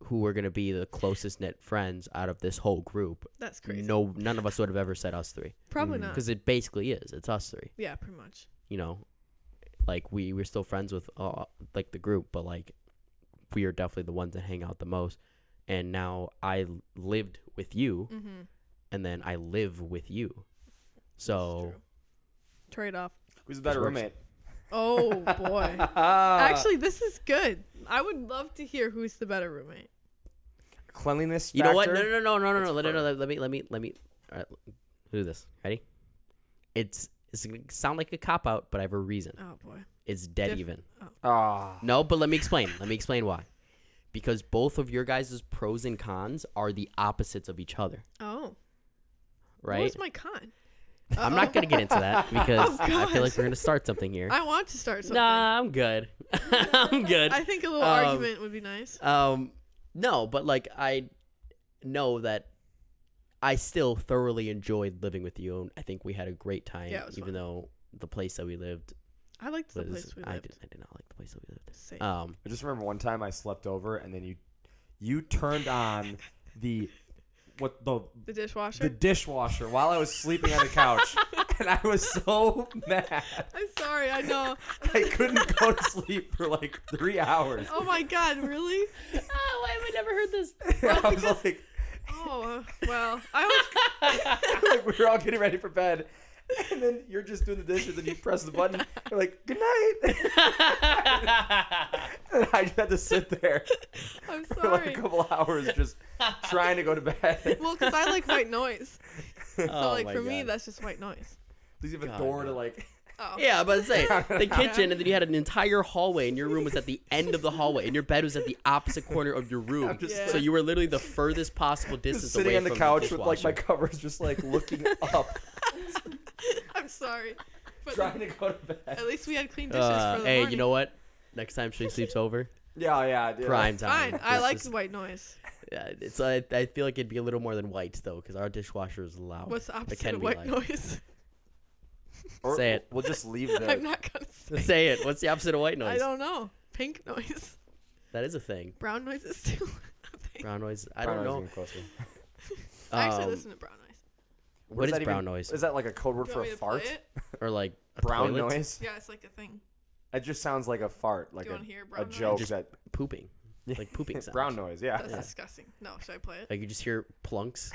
who were gonna be the closest knit friends out of this whole group, That's crazy. no, none of us would have ever said us three Probably Mm. not. because it basically is. It's us three. Yeah, pretty much. you know, like we we're still friends with uh, like the group, but like we are definitely the ones that hang out the most. And now I l- lived with you, Mm-hmm. and then I live with you. So Trade off. Who's a better This works. roommate? [LAUGHS] Oh [LAUGHS] boy. Uh. Actually, Actually, this is good. I would love to hear who's the better roommate. cleanliness. you know what? No, factor? no, no, no, no, It's no. Let, no, her. no, let me, let me, let me. All right, do this. Ready? It's it's gonna sound like a cop out, but I have a reason. Oh boy. It's dead Diff- even. Ah, No, but let me explain. let me explain why. Because both of your guys' pros and cons are the opposites of each other, Oh. What right? was my con? I'm not gonna get into that because [LAUGHS] Oh, I feel like gosh. we're gonna start something here. [LAUGHS] I want to start something. Nah, I'm good. [LAUGHS] I'm good. I think a little Um, argument would be nice. Um, no, but like I know that I still thoroughly enjoyed living with you, and I think we had a great time, Yeah, it was even fun. though the place that we lived I liked the was place we I lived. did I did not like the place that we lived. Safe. [LAUGHS] Um, I just remember one time I slept over, and then you you turned on the what the the dishwasher. the dishwasher while I was sleeping on the [LAUGHS] couch, and I was so mad I'm sorry. [LAUGHS] I know. I couldn't go to sleep for like three hours. Oh my god, really? oh, why have I never heard [LAUGHS] this? I was like, Oh uh, well. I was. like we were all getting ready for bed, and then you're just doing the dishes, and you press the button, you're like, good [LAUGHS] night. And I just had to sit there [LAUGHS] I'm for like a sorry. couple hours just trying to go to bed. Well, because I [LAUGHS] like white noise. [LAUGHS] So Oh like my for me, God. that's just white noise. Please have a God, door to no. like. Oh. Yeah, but [LAUGHS] say the kitchen, and then you had an entire hallway, and your room was at the end of the hallway, and your bed was at the opposite corner of your room. I'm just Yeah. So you were literally the furthest possible Just distance sitting away on the from couch the with like my dishwasher. covers just like looking up, [LAUGHS] I'm sorry. But Oh. trying to go to bed. at least we had clean dishes Uh, for the hey, morning. [LAUGHS] you know what? Next time she sleeps over, Yeah, yeah, I did. Prime time. Fine. I It's like just- white noise. Yeah, it's I, I feel like it'd be a little more than white though, because our dishwasher is loud. What's the opposite Oh, can of be white like- noise? Or Say it. We'll [LAUGHS] just leave I'm the not gonna say. [LAUGHS] [LAUGHS] Say it. What's the opposite of white [LAUGHS] I noise? don't know. Pink noise. [LAUGHS] That is a thing. Brown noise is too. [LAUGHS] a thing. Brown noise. I Brown don't noise know. even closer. I actually Um, listen to brown noise. what is that brown even- noise Is that like a code word You for want a me to fart? play it? [LAUGHS] or like a Brown toilet? noise? Yeah, it's like a [LAUGHS] thing. It just sounds like a fart, like Do you a, want to hear a brown noise? joke Just [LAUGHS] that Pooping. Like pooping sounds. [LAUGHS] brown noise, yeah. That's disgusting. No, should I play [LAUGHS] it? Like you just hear [LAUGHS] plunks.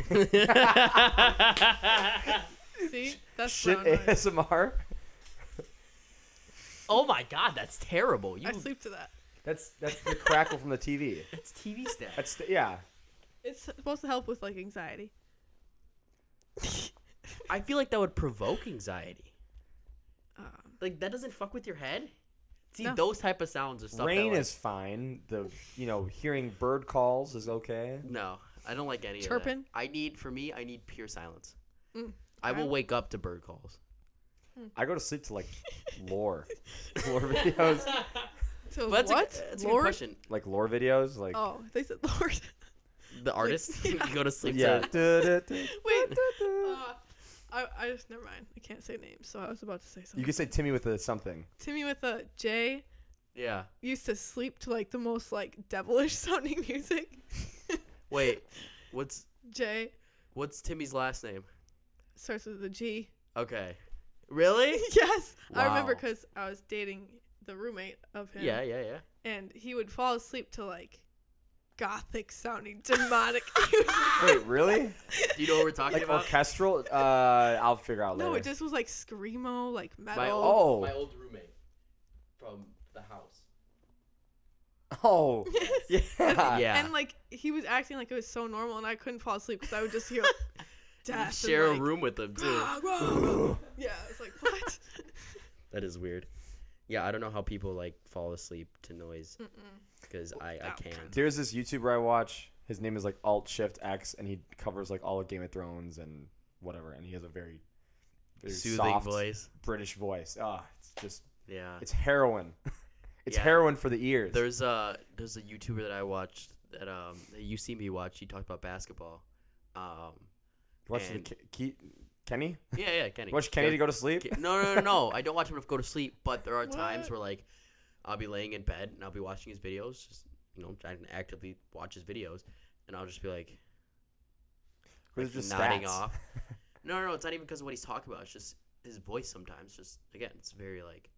See, that's Shit brown [LAUGHS] noise. ASMR. [LAUGHS] oh my god, that's terrible. You I sleep to that. That's that's the crackle from the TV. it's TV stats. That's yeah. It's supposed to help with like anxiety. I feel like that would provoke anxiety. Um, Like that doesn't fuck with your head. See, No. those type of sounds are stuff. Rain that, like, is fine. The you know hearing bird calls is okay. No, I don't like any of Chirping? that. I need for me, I need pure silence. Mm, I will I- wake up to bird [LAUGHS] calls. [LAUGHS] Hmm. I go to sleep to like lore, lore videos, [LAUGHS] so But that's what? A, that's a good Lord? question. like lore videos, like Oh, they said Lord. [LAUGHS] The artist [LAUGHS] you go to sleep [LAUGHS] yeah. to. Du-du-du. [LAUGHS] Wait. uh, I, I just never mind. I can't say names, so I was about to say You something. could say Timmy with a something. Timmy with a J Yeah. used to sleep to like the most like devilish [LAUGHS] sounding music. [LAUGHS] Wait. What's J what's Timmy's last name? starts with a G. Okay. Really? [LAUGHS] yes, I remember Wow. because I was dating the roommate of him. Yeah, yeah, yeah. and he would fall asleep to like gothic sounding demonic [LAUGHS] [LAUGHS] Wait, really? Do you know what we're talking Like about? orchestral? Uh, I'll figure out later. no it just was like screamo like metal My old, [LAUGHS] old- my my old roommate from the house. [LAUGHS] oh, yeah. [LAUGHS] [LAUGHS] Yeah. and like he was acting like it was so normal and i couldn't fall asleep because i [LAUGHS] would just hear You death share and, a like, room with them too. "Rah, rah, [LAUGHS] rah." yeah i was like what [GASPS] [LAUGHS] that is weird. Yeah, I don't know how people like fall asleep to noise because I, I That can't. There's this YouTuber I watch. His name is like Alt Shift X, and he covers like all of Game of Thrones and whatever. And he has a very, very Soothing soft voice. British voice. Ah, it's just Yeah. it's heroin. [LAUGHS] it's Yeah. heroin for the ears. There's a there's a YouTuber that I watched that um that you see me watch. He talked about basketball. Um, You watch the and- Ke- Ke- Kenny. yeah, yeah, Kenny. You watch Kenny to Goes- go to [LAUGHS] sleep. Ke- no, no, no, no. I don't watch him to go to sleep, but there are times What? where like I'll be laying in bed and I'll be watching his videos. Just you know, trying to actively watch his videos, and I'll just be like, There's like, just nodding stats. off. no, no, no. It's not even because of what he's talking about. It's just his voice sometimes. Just again, it's very like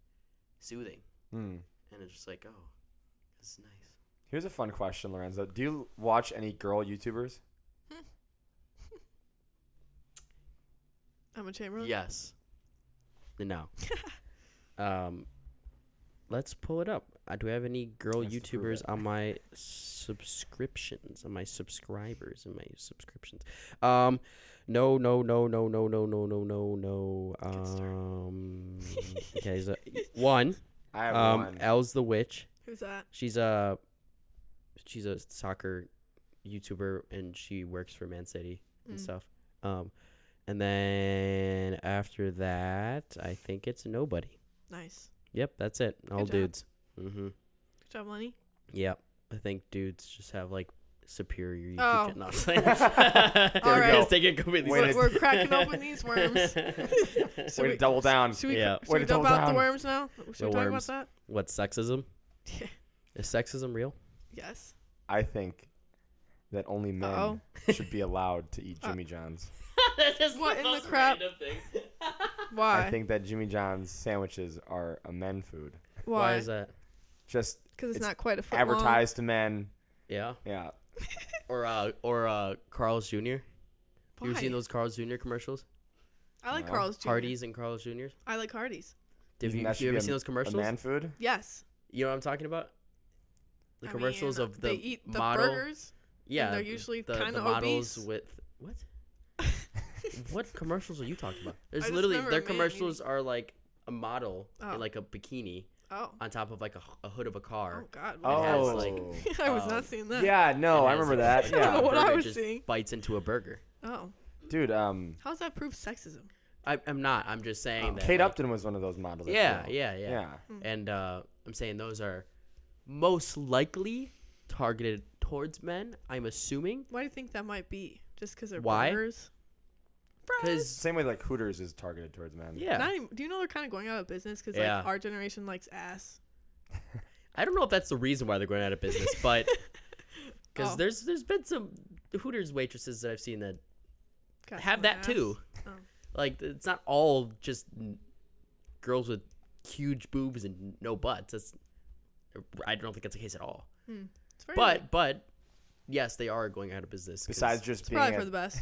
soothing, [LAUGHS] Hmm. and it's just like, oh, this is nice. Here's a fun question, Lorenzo. Do you watch any girl YouTubers? emma chamberlain Yes. [LAUGHS] No. um, let's pull it up. Uh, do I have any girl Has to prove YouTubers it. on my subscriptions? On my subscribers? On my subscriptions? Um, no, no, no, no, no, no, no, no, no, no. Good start. [LAUGHS] Um, okay, so one. I have Um, uh, one. Elle's the witch. who's that She's a she's a soccer YouTuber and she works for Man City and Mm. stuff. Um, and then after that, I think it's nobody. nice Yep, that's it. All job. dudes. Mm-hmm. good job lenny Yep, I think dudes just have like superior. YouTube Oh. oh. no, I'm [LAUGHS] just saying. All we right. go. Let's take it completely Wait we're, a- separate. we're [LAUGHS] cracking open these [LAUGHS] worms Way should to we- double down. should we, Yeah. should Way we to dump double out the down. worms now should The we talk worms. about what [LAUGHS] sexism? that Is sexism real? yes I think that only men Uh-oh. Uh, should be allowed to [LAUGHS] eat Jimmy John's. That's just What the in the most crap? why I think that Jimmy John's sandwiches are a men food. Why why is that? Just because it's, it's not quite a foot long. advertised to men. Yeah. Yeah. Or uh, or uh, Carl's Jr. You ever Why? seen those Carl's Jr. commercials? I like No. Carl's Jr. Hardee's and Carl's Jr. I like Hardee's. Have Isn't you, that have should you be ever a- seen those A commercials? man food? Yes. You know what I'm talking about? The I commercials mean, of the they eat the model. burgers. [LAUGHS] yeah, they're usually the, kinda the models obese. with what? what commercials are you talking [LAUGHS] about? There's just literally remember their a man commercials are like a model Oh. in like a bikini Oh. on top of like a, a hood of a car. Oh God. It has, Oh. like, [LAUGHS] [LAUGHS] I was um, not seeing that. yeah, and no, Oh, I it has, remember like, [LAUGHS] that. a [LAUGHS] I don't know Yeah. what I burger was just seeing. bites into a burger. Oh. Dude, um How's that prove sexism? I, I'm not. I'm just saying that. Oh. Kate like- Upton was one of those models. I Yeah, feel. yeah, yeah, Yeah. And uh, I'm saying those are most likely targeted towards men. I'm assuming Why do you think that might be? Just because they're Why? boners? Fries. because Same way like Hooters is targeted towards men. yeah, Not even, do you know they're kind of going out of business because Yeah. like our generation likes [LAUGHS] ass. I don't know if that's the reason why they're going out of [LAUGHS] business, but because Oh. there's there's been some Hooters waitresses that I've seen that Got have someone that ass. too. Oh. Like it's not all just n- girls with huge boobs and no butts. That's I don't think that's the case at all. It's very good. But but yes, they are going out of business. 'cause- Besides just it's being probably a- for [LAUGHS] the best.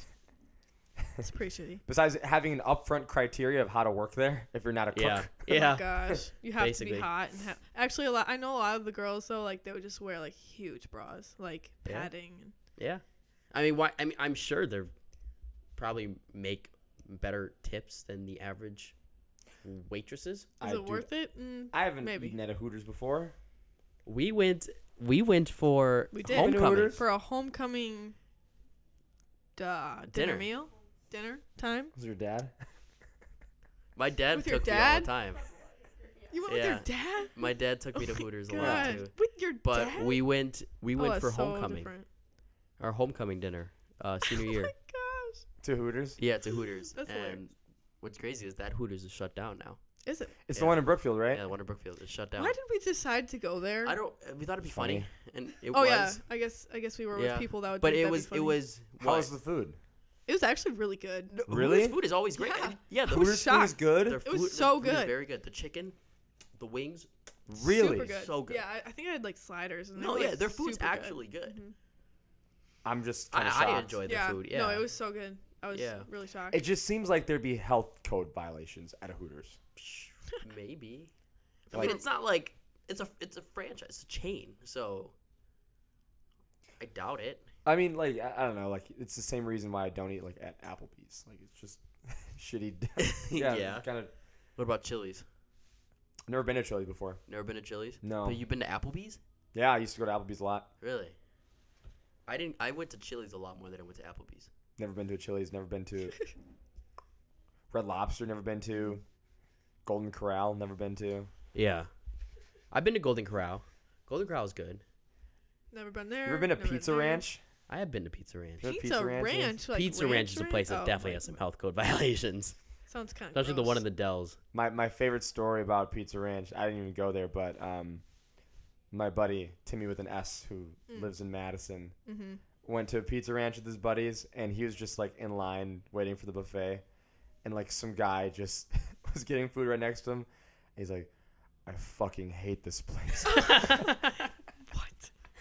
It's pretty shitty. besides having an upfront criteria of how to work there if you're not a cook. yeah, Oh my yeah, gosh, you have to Basically. be hot and ha- actually a lot. I know a lot of the girls though, like they would just wear like huge bras, like Yeah. padding. And, yeah. I mean, why? I mean, I'm sure they're probably make better tips than the average waitresses. is I it do- worth it? Mm, I haven't Maybe. eaten at a Hooters before. We went, we went for we did homecoming. for a homecoming. Duh, dinner, Dinner. meal, dinner time. Was your dad? [LAUGHS] My dad With your took me all dad? the time. You went Yeah. with your dad? My dad took me [LAUGHS] Oh to my Hooters a lot God, too. with your But dad. we went, we Oh, went that's for so homecoming, different. our homecoming dinner, [LAUGHS] uh, senior Oh my year. gosh, To Hooters? Yeah, to Hooters. That's and hilarious. what's crazy is that Hooters is shut down now. is it? It's the Yeah. one in Brookfield, right? Yeah, the one in Brookfield is shut down. Why did we decide to go there? I don't. We thought it'd be funny, Funny. and it oh was. yeah, I guess I guess we were Yeah. with people that would. But think it that'd be was, it funny. was. How what? was the food? It was actually really good. No, Really? Hooters food is always great. Yeah. Yeah, the I was Hooters food is shocked. good. their It was food- their so food is good. very good. The chicken, the wings. really? Super good. So good. Yeah, I, I think I had like sliders. And they No, were, yeah, like, their food's super good. actually good. Mhm. I'm just kind of I, shocked. I enjoy their yeah. food. Yeah. No, it was so good. I was Yeah. really shocked. It just seems like there'd be health code violations at a Hooters. Psh, [LAUGHS] Maybe. I Like- mean, it's not like it's a it's a franchise, it's a chain. So I doubt it. I mean, like I, I don't know, like it's the same reason why I don't eat like at Applebee's. Like it's just [LAUGHS] shitty. [LAUGHS] [LAUGHS] yeah. Yeah. Kind of. What about Chili's? Never been to Chili's before. Never been to Chili's? No. But you've been to Applebee's? Yeah, I used to go to Applebee's a lot. Really? I didn't. I went to Chili's a lot more than I went to Applebee's. Never been to a Chili's. Never been to Red Lobster. Never been to Golden Corral. Never been to. Yeah. I've been to Golden Corral. Golden Corral is good. never been there. You ever been to never Pizza there. Ranch? I have been to Pizza Ranch. There are Pizza, Pizza Ranch. Ranches. like, Pizza Ranch, is a place that Oh, definitely my- has some health code [LAUGHS] violations, Sounds kind of. especially the one in the Dells. My my favorite story about Pizza Ranch. I didn't even go there, but um, my buddy Timmy with an S who Mm. lives in Madison Mm-hmm. went to a Pizza Ranch with his buddies, and he was just like in line waiting for the buffet, and like some guy just [LAUGHS] was getting food right next to him. He's like, I fucking hate [LAUGHS] this place. Mm-hmm. [LAUGHS] What?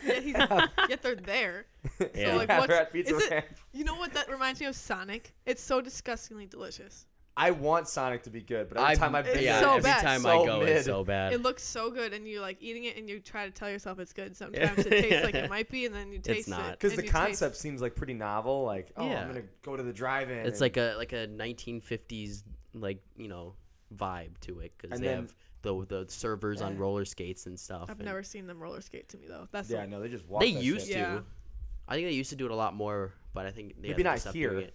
Yeah, he's, [LAUGHS] yet they're there. [LAUGHS] Yeah. So like, we're what's at Pizza is it? Ranch. You know what that reminds me of? Sonic. It's so disgustingly delicious. I want Sonic to be good, but every I've- time I've been yeah, so every bad. time So I go, mid. it's so bad. It looks so good, and you like eating it, and you try to tell yourself it's [LAUGHS] good. Sometimes it tastes like it might be, and then you taste not. it. because and the you taste- concept seems like pretty novel. Like, oh, Yeah. I'm gonna go to the drive-in. It's and- like a like a 1950s like you know vibe to it because And they then- have the the servers on Yeah. roller skates and stuff. I've and never seen them roller skate to me though. That's yeah, yeah. no, they just walk. They that used shit. to. Yeah. I think they used to do it a lot more, but I think they Maybe they not stopped doing here. it.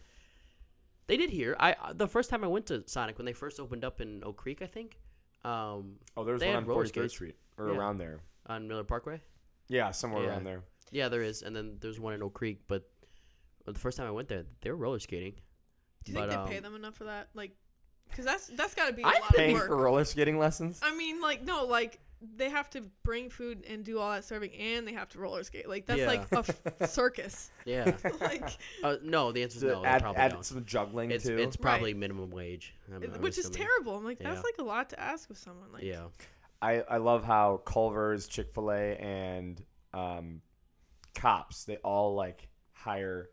They did here. I I- the first time I went to Sonic when they first opened up in Oak Creek, I think, um, Oh, there was They one had on roller 43rd skates. Street or Yeah. around there. on Miller Parkway. Yeah, somewhere Yeah. around there. Yeah, there is, and then there's one in Oak Creek. But uh, the first time I went there, they were roller skating. Do you think But, they pay um, them enough for that? Like, because that's that's got to be a I lot of Paying work. for roller skating lessons. I mean, like no, like they have to bring food and do all that serving, and they have to roller skate. Like that's Yeah. like a f- circus. [LAUGHS] [LAUGHS] Yeah. Like uh, no, the answer is To no. they add probably add don't. some juggling It's, too. it's Right. probably minimum wage, I'm- I'm which is assuming. terrible. I'm like that's Yeah. like a lot to ask of someone. Like Yeah. I, I love how Culver's, Chick Fil A, and um, cops they all like hire.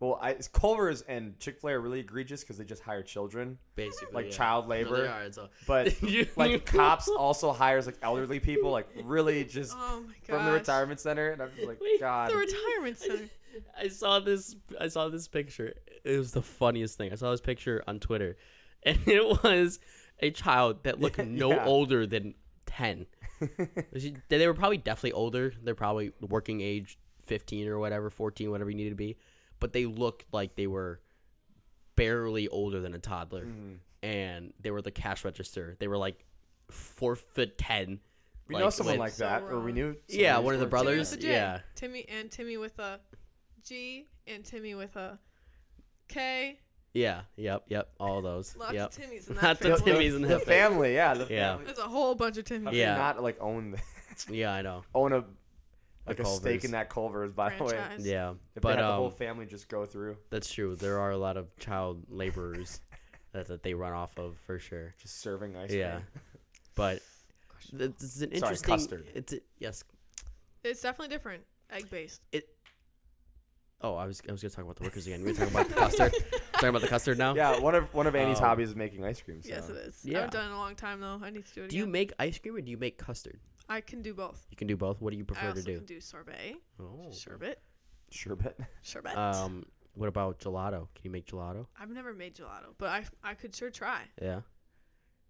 Well, I, it's Culver's and Chick Fil A are really egregious because they just hire children, basically like Oh, yeah. child No, labor. they are, it's a- But [LAUGHS] You- like [LAUGHS] cops also hires like elderly people, like really just [LAUGHS] oh my god, from the retirement center, and I'm just like, Wait, God, The retirement center. [LAUGHS] I saw this. I saw this picture. It was the funniest thing. I saw this picture on Twitter, [LAUGHS] and it was a child that [LAUGHS] looked no yeah. older than ten. [LAUGHS] She- they were probably definitely older. They're probably working age fifteen or whatever, fourteen, whatever you need to be. But they looked like they were barely older than a Mm. toddler, and they were the cash register. They were like four foot ten, We Like, know someone with- like So that, or we wrong. knew. Yeah, somebody one of who the worked brothers. Timmy with a there. J. yeah. Timmy and Timmy with a G and Timmy with a K. Yeah. Yep. Yep. All those. Lots yep. of [LAUGHS] Timmys in that Lots of family. The, the- Timmys in the that family. family, yeah, the Yeah. family. There's a whole bunch of How Timmys. do you Yeah. not like own [LAUGHS] that? Yeah, I know. own a like a Culver's. stake in that Culver's, by the way. franchise. Yeah, If but they had the um, whole family just go through, that's true. There are a lot of child [LAUGHS] laborers that, that they run off of for sure. just serving ice Yeah. cream. But Question th- this is an Sorry, interesting. custard. It's a, yes. It's definitely different. Egg based. Oh, I was I was gonna talk about the workers again. We're talking about the [LAUGHS] [LAUGHS] custard. talking about the custard now. Yeah, one of one of Annie's Um, hobbies is making ice cream. So. Yes, it is. I Yeah. haven't done it in a long time though. I need to do it Do you again. make ice cream or do you make custard? I can do both. You can do both. What do you I prefer also to do? can do sorbet, Oh. sherbet, Sherbet. sherbet. Um, what about gelato? Can you make gelato? I've never made gelato, but I I could sure try Yeah.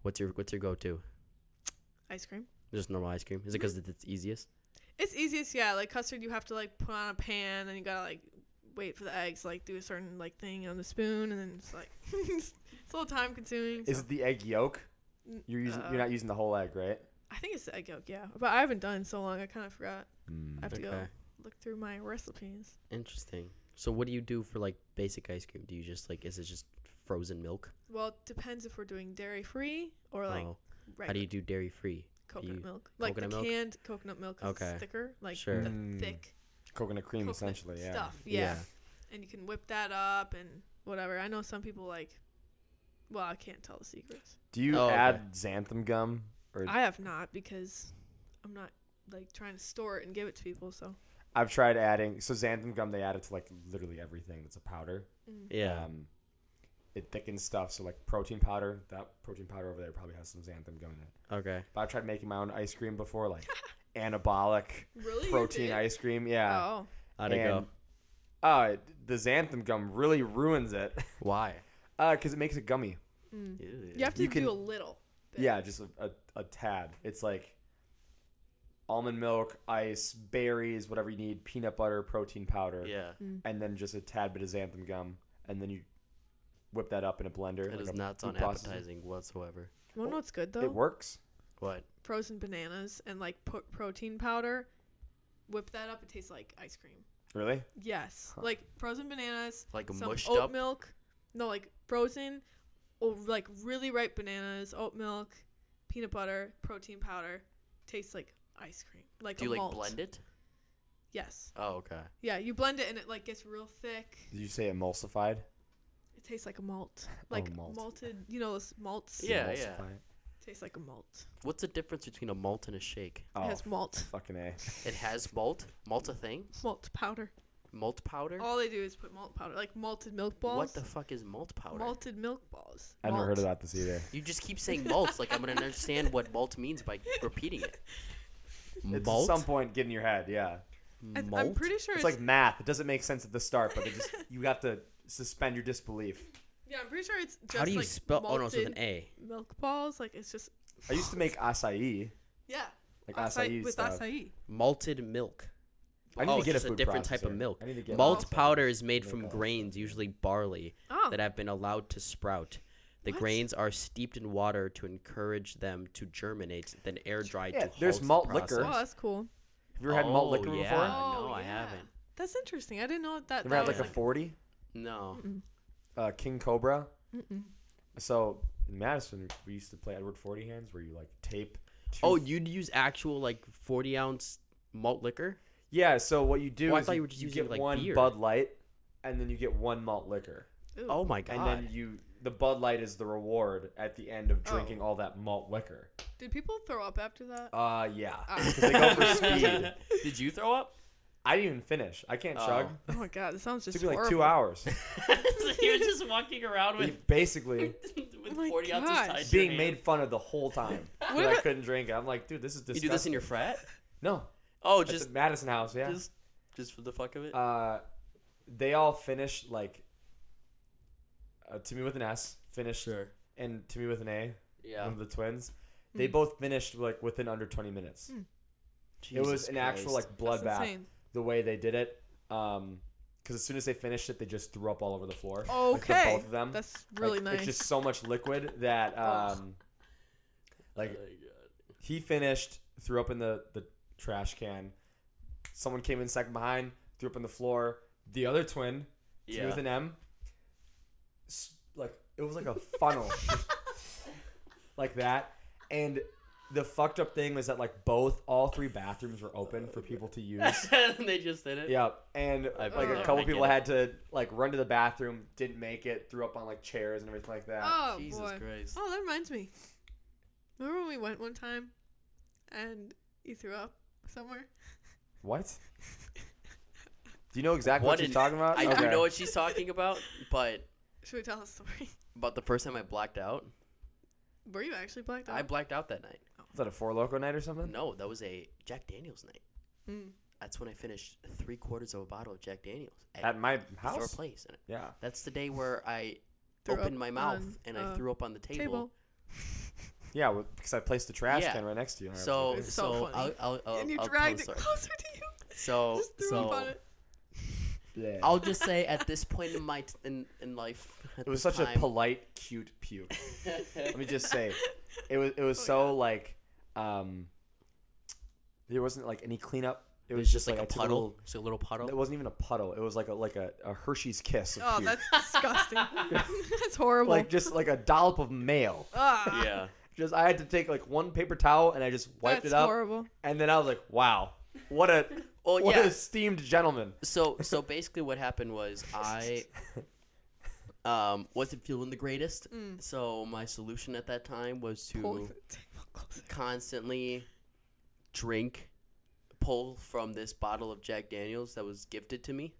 What's your What's your go to? ice cream. Just normal ice cream? Is it because it's easiest? It's easiest, yeah. Like custard, you have to like put on a pan, and you gotta like wait for the eggs, like do a certain like thing on the spoon, and then it's like [LAUGHS] it's a little time consuming. [LAUGHS] Is so- it the egg yolk? N- You're using. uh, you're not using the whole egg, right? I think it's the egg yolk, yeah. But I haven't done it in so long, I kind of forgot. Hmm. I have to go Okay. look through my recipes. Interesting. So what do you do for like basic ice cream? Do you just like is it just frozen milk? Well, it depends if we're doing dairy free or like oh, how regular do you do dairy free? coconut you- milk. Like coconut the milk? canned coconut milk is Okay. thicker, like Sure. the Mm. thick Coconut cream, coconut essentially. Yeah. stuff. Yeah. and you can whip that up and whatever. I know some people like. Well, I can't tell the secrets. Do you Oh, okay. add xanthan gum? Or I have not because I'm not like trying to store it and give it to people. So I've tried adding. So xanthan gum, they add it to like literally everything that's a powder. Yeah. Um, it thickens stuff. So like protein powder. That protein powder over there probably has some xanthan gum in it. okay. But I've tried making my own ice cream [LAUGHS] before, like anabolic really, You protein did? ice cream. Yeah. Oh, How'd it go? And, Uh, the xanthan gum really ruins it [LAUGHS] Why? because it makes it gummy. mm. you have to You do can- a little. bit. Yeah, just a, a, a tad. It's like almond milk, ice, berries, whatever you need, peanut butter, protein powder, Yeah. and then just a tad bit of xanthan gum, and then you whip that up in a blender. It like is a not sound food processor. appetizing whatsoever. You wanna know what's good though? It works. What? Frozen bananas and like po- protein powder. Whip that up. It tastes like ice cream. Really? Yes, Huh. like frozen bananas, Like some mushed oat up? milk. No, like frozen, or like really ripe bananas, oat milk, peanut butter, protein powder. Tastes like ice cream. Like Do a you like malt. blend it? Yes. Oh, okay. Yeah, you blend it and it like gets real thick. Did you say emulsified? It tastes like [LAUGHS] a malt, like malt. malted. You know those malts. Oh, Yeah. Emulsify? Tastes like a malt. What's the difference between a malt and a shake? Oh, It has malt, fucking a. It has malt. Malt's a thing. malt powder. Malt powder. All they do is put malt powder, like malted milk balls. What the fuck is malt powder? malted milk balls. I never heard Malt. about this either. You just keep saying malts. Like [LAUGHS] I'm gonna understand what malt means by repeating it. It's Malt. at some point get in your head, yeah. I th- malt. I'm pretty sure It's like math. It doesn't make sense at the start, but it just you have to suspend your disbelief. Yeah, I'm pretty sure it's just How do you like spell? malted Oh no, it's with an A. milk balls. Like it's just I used to make acai, yeah, like acai, acai, with stuff. acai. Malted milk. I need oh, to get it's just a, a food different type of processor. milk. I need to get Malt one. powder is made Make from all- grains, usually barley, Oh, that have been allowed to sprout. The What? grains are steeped in water to encourage them to germinate, then air dried Yeah, to halt there's the malt liquor. oh, process. that's cool. Have you ever had malt Oh, liquor yeah. before? Uh, oh, no, I yeah. haven't. That's interesting. I didn't know that. Ever that had was like a forty? No. Uh, King Cobra. Mm-mm. So in Madison, we used to play Edward Forty Hands, where you like tape. two- Oh, you'd use actual like forty ounce malt liquor? yeah. So what you do Oh, I is thought you, you were just you using, get like, one beer. Bud Light, and then you get one malt liquor, Ooh. Oh my god. and then you the Bud Light is the reward at the end of Oh. drinking all that malt liquor. Did people throw up after that? Uh, yeah. Ah. [LAUGHS] 'Cause they [LAUGHS] [LAUGHS] go for speed. Did you throw up? I didn't even finish. I can't Oh. chug. oh my god, this sounds It just took me like two horrible. [LAUGHS] hours. so you're just walking around [LAUGHS] You Basically, [LAUGHS] with Oh my gosh. tied to your being hand. made fun of the whole time. that [LAUGHS] What I about- couldn't drink it. I'm like, dude, this is You disgusting. do this in your frat? [LAUGHS] no, Oh, just just Madison House. Yeah. just just for the fuck of it. Uh, they all finish like uh, to me with an S. Finished and to me with an A. Yeah. One of the twins. They Hmm. both finished like within under 20 minutes. it was Jesus an actual Christ. like That's bloodbath insane. the way they did it. Um, because as soon as they finished it, they just threw up all over the floor. Like, the Okay, both of them. that's really Like, nice. It's just so much liquid that [LAUGHS] Ugh. um, like Oh my God. He finished, threw up in the, the trash can. Someone came in second behind, threw up on the floor. The other twin, yeah. with an M, s- like it was like a [LAUGHS] funnel, like that. And the fucked up thing was that like both, all three bathrooms were open for people to use. [LAUGHS] and they just did it. Yeah, and I like get a it, couple I get people it. had to like run to the bathroom, didn't make it, threw up on like chairs and everything like that. Oh Jesus boy. Christ. Oh, that reminds me. Remember when we went one time, and you threw up somewhere? [LAUGHS] What? Do you know exactly What what, you're did- talking about? I do Okay. know what she's talking about, but Should we tell the story? [LAUGHS] about the first time I blacked out, Were you actually blacked I out? blacked out that night. Is that a four loco night or something? No, that was a Jack Daniels night. Mm. That's when I finished three quarters of a bottle of Jack Daniels At my your house. place. And Yeah. that's the day where I Threw up opened my mouth on and a I threw up on the table. Table. Yeah, well, because I placed the trash Yeah. can right next to you. and I So, so, was It's so funny. I'll, I'll, I'll, and you I'll dragged it tell the story. closer to you. [LAUGHS] So, Just threw Oh, so up on it. like, "Yeah." I'll just say at this point in my t- in, in life, at It was this such a time- polite, cute puke. Let me just [LAUGHS] say, it was it was Oh, so yeah. like, um, there wasn't like any cleanup. It it was, just like, I a took puddle. little- so a little it puddle. wasn't even a puddle. It was like a like a, a Hershey's kiss. Of Oh, puke. that's disgusting. that's horrible. like just like a dollop of mayo. ah, Yeah. Just I had to take like one paper towel and I just wiped that's it up, horrible. and then I was like, wow, what a [LAUGHS] [LAUGHS] Well, what yeah. an esteemed gentleman. So so basically, what happened [LAUGHS] was I um wasn't feeling the greatest. Mm. So my solution at that time was to Pull the table closer. constantly drink, pull from this bottle of Jack Daniels that was gifted to me,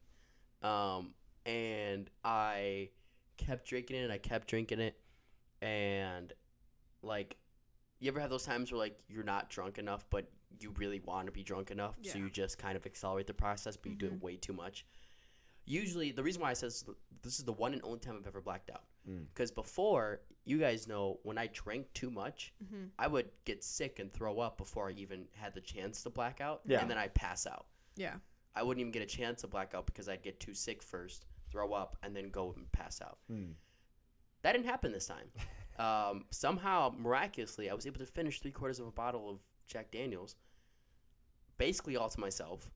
um, and I kept drinking it. and I kept drinking it, and like, you ever have those times where like you're not drunk enough, but you really want to be drunk enough, so Yeah. you just kind of accelerate the process, but you do it way too much. Usually, the reason why I says this is the one and only time I've ever blacked out. Mm. Because before, you guys know when I drank too much, Mm-hmm. I would get sick and throw up before I even had the chance to black out. Yeah. And then I'd pass out. Yeah. [LAUGHS] I wouldn't even get a chance to black out because I'd get too sick first, throw up, and then go and pass out. Hmm. That didn't happen this time. [LAUGHS] Um, somehow, miraculously, I was able to finish three quarters of a bottle of Jack Daniels, basically all to myself.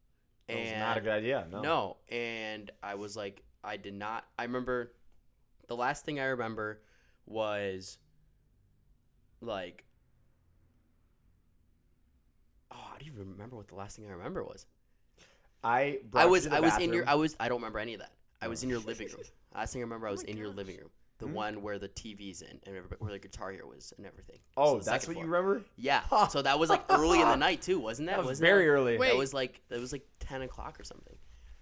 That was and not a good idea. no. And I was like, I did not. I remember the last thing I remember was like, oh, I don't even remember what the last thing I remember was. I I brought was, you to I the was in your, bathroom. I was, I don't remember any of that. I was Oh. in your living [LAUGHS] room. Last thing I remember, I Oh was my in your gosh. living room, the Hmm. one where the TV's in and everybody, where the guitar here was and everything. Oh, So the that's what second you floor. remember? [LAUGHS] Yeah. So that was like early in the night too, wasn't that? That was Wasn't very early. Wait. That was like that was like ten o'clock or something,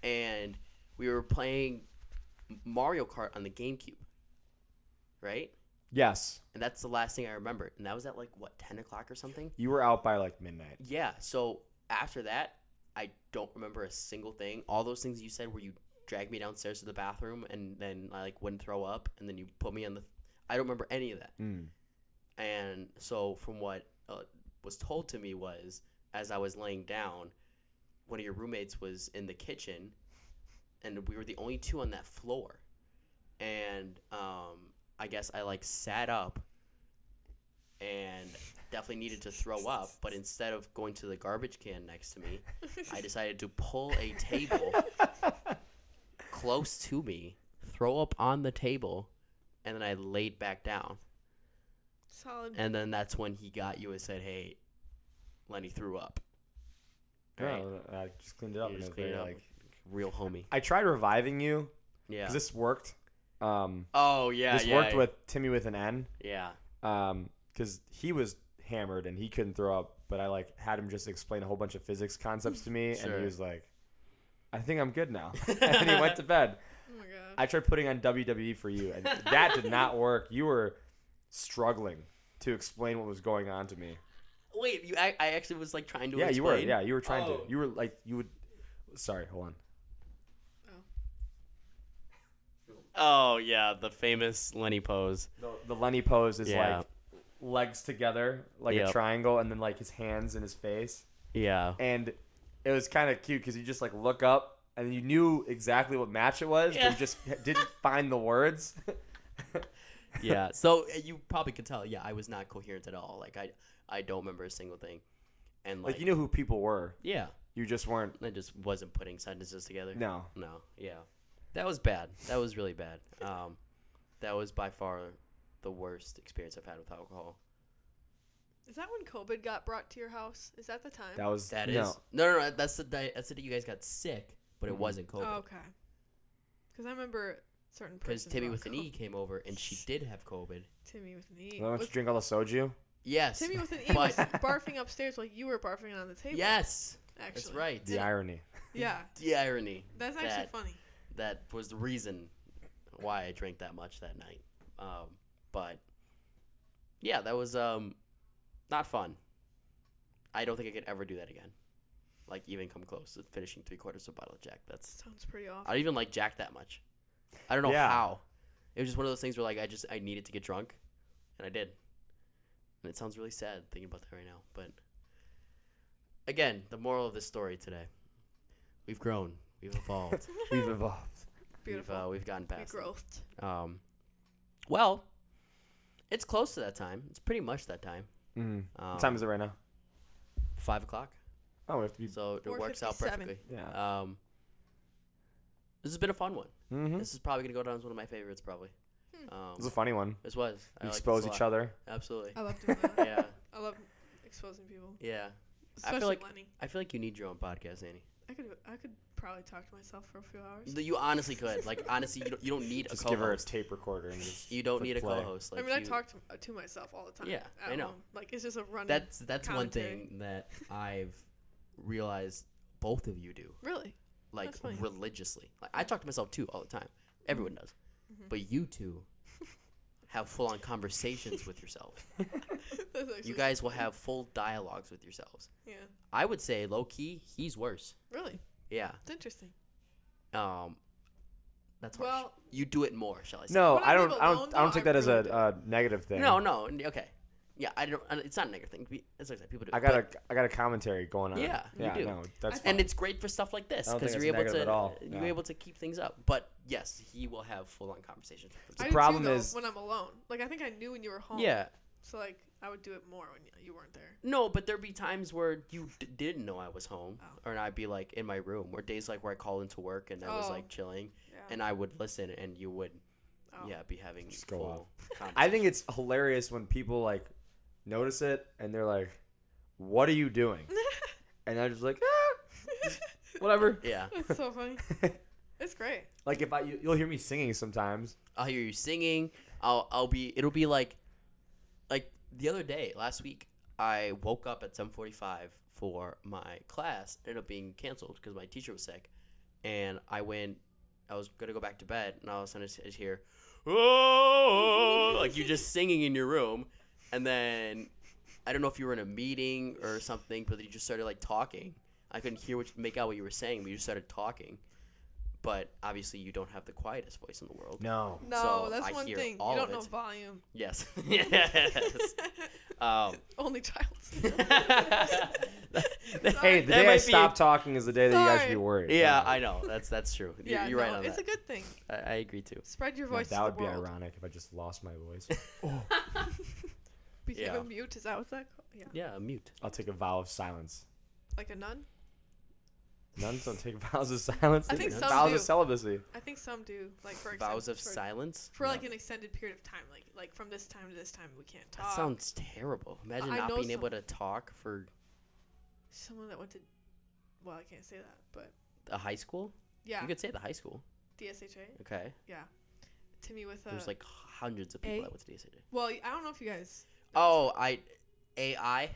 and we were playing Mario Kart on the GameCube, right? Yes, And that's the last thing I remember. And that was at like what ten o'clock or something. you were out by like midnight. Yeah. So after that, I don't remember a single thing. All those things you said where you dragged me downstairs to the bathroom and then I like wouldn't throw up and then you put me on the. I don't remember any of that. Mm. And so, from what uh, was told to me was, as I was laying down, one of your roommates was in the kitchen, and we were the only two on that floor. And um, I guess I like sat up, and definitely needed to throw up. But instead of going to the garbage can next to me, I decided to pull a table close to me, throw up on the table, and then I laid back down. Solid. And then that's when he got you and said, "Hey, Lenny threw up." Right. No, I just cleaned it up. You and just it was cleaned very, it up. like Real homie. I tried reviving you Yeah. because this worked. Um, oh yeah. this yeah, worked yeah. with Timmy with an N. Yeah. Um, because he was hammered and he couldn't throw up, but I like had him just explain a whole bunch of physics concepts to me, and Sure. he was like, "I think I'm good now," [LAUGHS] [LAUGHS] and he went to bed. oh my god. I tried putting on WWE for you, and that did not work. You were struggling to explain what was going on to me. [LAUGHS] Wait, you? I, I actually was like trying to. yeah, explain. you were. Yeah, you were trying Oh. to. You were like you would. Sorry, hold on. Oh yeah, the famous Lenny pose. The, the Lenny pose is Yeah. like legs together, like Yep. a triangle, and then like his hands in his face. Yeah. And it was kind of cute because you just like look up and you knew exactly what match it was, but Yeah. you just [LAUGHS] didn't find [LAUGHS] the words. [LAUGHS] eh, Yeah. So uh, you probably could tell. Yeah, I was not coherent at all. Like I, I don't remember a single thing. And like, Like you knew who people were. yeah, You just weren't. I just wasn't putting sentences together. No. No, yeah, that was bad. That was really bad. Um, that was by far the worst experience I've had with alcohol. Is that when COVID got brought to your house? Is that the time? That was That is no. no, no, no. that's the day. That's the day you guys got sick, but it Mhm. wasn't oh, COVID okay. Because I remember a certain because person. Timmy brought with an co- E came over and she did have COVID. Timmy with an E. Why don't you Was- drink all the soju? Yes, Timmy with an [LAUGHS] E was But- barfing upstairs while you were barfing on the table. yes, actually. that's right. The irony. Yeah, The irony. that's actually That- funny. that was the reason why I drank that much that night. Um, but yeah, that was um, not fun. I don't think I could ever do that again. Like even come close to finishing three quarters of a bottle of Jack. That's Sounds pretty awful. I don't even like Jack that much. I don't know Yeah. how. It was just one of those things where like I just I needed to get drunk, and I did. And it sounds really sad thinking about that right now. But again, the moral of this story today: we've grown, we've evolved, We've evolved. Beautiful. We've, uh, we've gotten We past. it. growthed. Um, well, it's close to that time. It's pretty much that time. Mm. Um, what time is it right now? Five o'clock. Oh, we have to be. So it works out 4:57. perfectly. Yeah. Um, this has been a fun one. Mm-hmm. This This is probably gonna go down as one of my favorites, probably. Hmm. Um, was a funny one. this was. I We liked this expose a each lot. other. Absolutely. I love doing that. yeah, I love exposing people. yeah. I Especially feel like- Lenny. I feel like you need your own podcast, Annie. I could I could probably talk to myself for a few hours. You honestly could. [LAUGHS] Like, honestly, you don't, you don't need Just a give her a co-host. tape recorder and [LAUGHS] just. You don't click need a play. co-host. Like, I mean, I you- talk to, uh, to myself all the time. Yeah, at I know. home. Like it's just a running. That's that's commentary. one thing that I've realized both of you do. really [LAUGHS] like That's fine. religiously. Like I talk to myself too all the time. Everyone does. Mhm. But you two have full on conversations with [LAUGHS] yourselves. That's actually- You guys will have full dialogues with yourselves. Yeah, I would say low key, he's worse. really. Yeah. It's interesting. Um that's harsh. Well- you do it more, shall I say. No, When I I don't. leave I alone, don't. I don't though, take I that as really do. a uh, negative thing. No, no. n- Okay. Yeah, I don't I- it's not a negative thing. We- It's like that people do. it, I got but- a. I got a commentary going on. Yeah, you Yeah. do. No, that's. I and fine. it's great for stuff like this I don't because think you're it's able to negative at all. you're Yeah. able to keep things up. But yes, he will have full on conversations with I himself. do too, problem though, is- when I'm alone. Like I think I knew when you were home. yeah, So like I would do it more when y- you weren't there. No, but there'd be times where you d- didn't know I was home, Oh. or and I'd be like in my room, or days like where I called into work and I was Oh. like chilling, Yeah. and I would listen, and you would, Oh. yeah, [LAUGHS] be having Just go full. I think it's hilarious when people like notice it and they're like, "What are you doing?" and I'm just like, [LAUGHS] ah, whatever. conversation. yeah, [LAUGHS] That's so funny. It's great. like if I, you, you'll hear me singing sometimes. I'll hear you singing. I'll I'll be. It'll be like, like the other day last week, I woke up at seven forty five for my class. Ended up being canceled because my teacher was sick, and I went. I was gonna go back to bed, and all of a sudden I just- I just hear, oh, like you just singing in your room, and then I don't know if you were in a meeting or something, but you just started like talking. I couldn't hear what make out what you were saying, but you just started talking. But obviously, you don't have the quietest voice in the world. No. No, So that's I one hear thing. You all don't of know it. volume. Yes. [LAUGHS] yes. Um, [LAUGHS] Only [LAUGHS] child. [LAUGHS] Hey, hey, the day I stop talking is the day that you guys should Sorry. be worried. Yeah, I know. That's that's true. You- yeah, you're right no, on it's that. a good thing. I I agree too. Spread your Yeah, voice. that would to be the [LAUGHS] [LAUGHS] world. ironic if I just lost my [LAUGHS] voice. Became Yeah. a mute. Is that what that called? Yeah. Yeah, mute. I'll take a vow of silence. Like a nun? Nuns don't take vows of silence. I They think take some vows do. of celibacy. I think some do. Like for example, Vows of for, silence. for like No. an extended period of time. Like like from this time to this time, we can't talk. That sounds terrible. Imagine I not know being able some- to talk for Someone that went to. Well, I can't say that, but the high school. yeah, You could say the high school. DSHA. Okay. Timmy with a. There's like hundreds of people A? that went to DSA. well, I don't know if you guys. Oh, I, AI,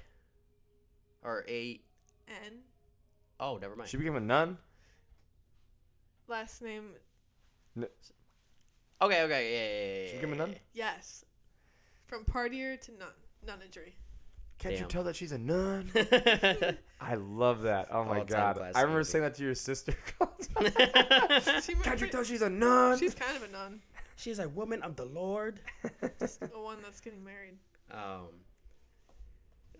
or a. N Oh, never mind. She became a nun. last name. Okay, okay, yeah, yeah, yeah. Should yeah, we give him a yeah, nun? yeah. Yes, from partier to nun [LAUGHS] nunnery. Can't you Damn. tell that she's a nun? [LAUGHS] I love that. Oh my All-time god. classic I remember music. saying that to your sister. [LAUGHS] [LAUGHS] [LAUGHS] She might Can't you be- tell she's a nun? She's kind of a nun, She's a woman of the Lord. the one that's getting married. Um.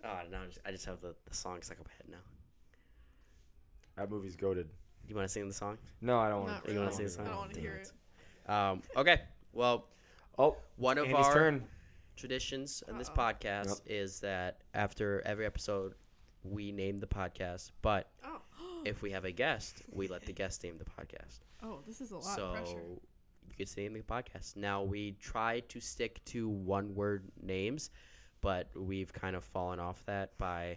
Oh, now I'm just, I just have the, the song stuck up my head now. [LAUGHS] that movie's goaded. You want to sing the song? No, I don't want Not to. really. wanna I say something? don't want to Damn hear it. it. Um. Okay. Well, Oh, one of Andy's our turn. traditions in this Uh-oh. podcast Yep. is that after every episode, we name the podcast. But Oh. if we have a guest, we let the guest name the podcast. oh, this is [LAUGHS] a lot so of pressure. you could say name the podcast. Now we try to stick to one word names, but we've kind of fallen off that by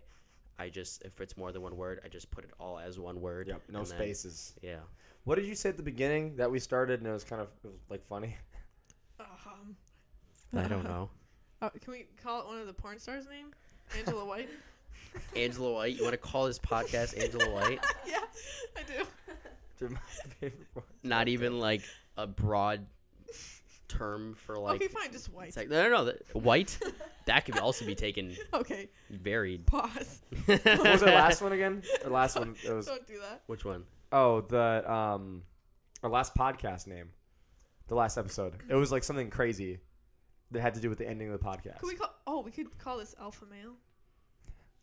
I just if it's more than one word, I just put it all as one word. Yep. No and then- spaces. yeah. What did you say at the beginning that we started and it was kind of it was, like funny? [LAUGHS] Um, I [LAUGHS] don't know. Oh, can we call it one of the porn stars' name? [LAUGHS] Angela White? Angela White, you want to call this podcast Angela White? yeah, I do. Dude, my favorite one. Not even like a broad term for [LAUGHS] like. okay, fine, just White. it's like- no, no, no. that- White. That could also be taken [LAUGHS] okay, varied. pause. [LAUGHS] What [LAUGHS] was our last one again? Our last one. It was Don't do that. Which one? oh the um our last podcast name, the last episode. It was like something crazy that had to do with the ending of the podcast. Could we call? Oh, we could call this Alpha Male.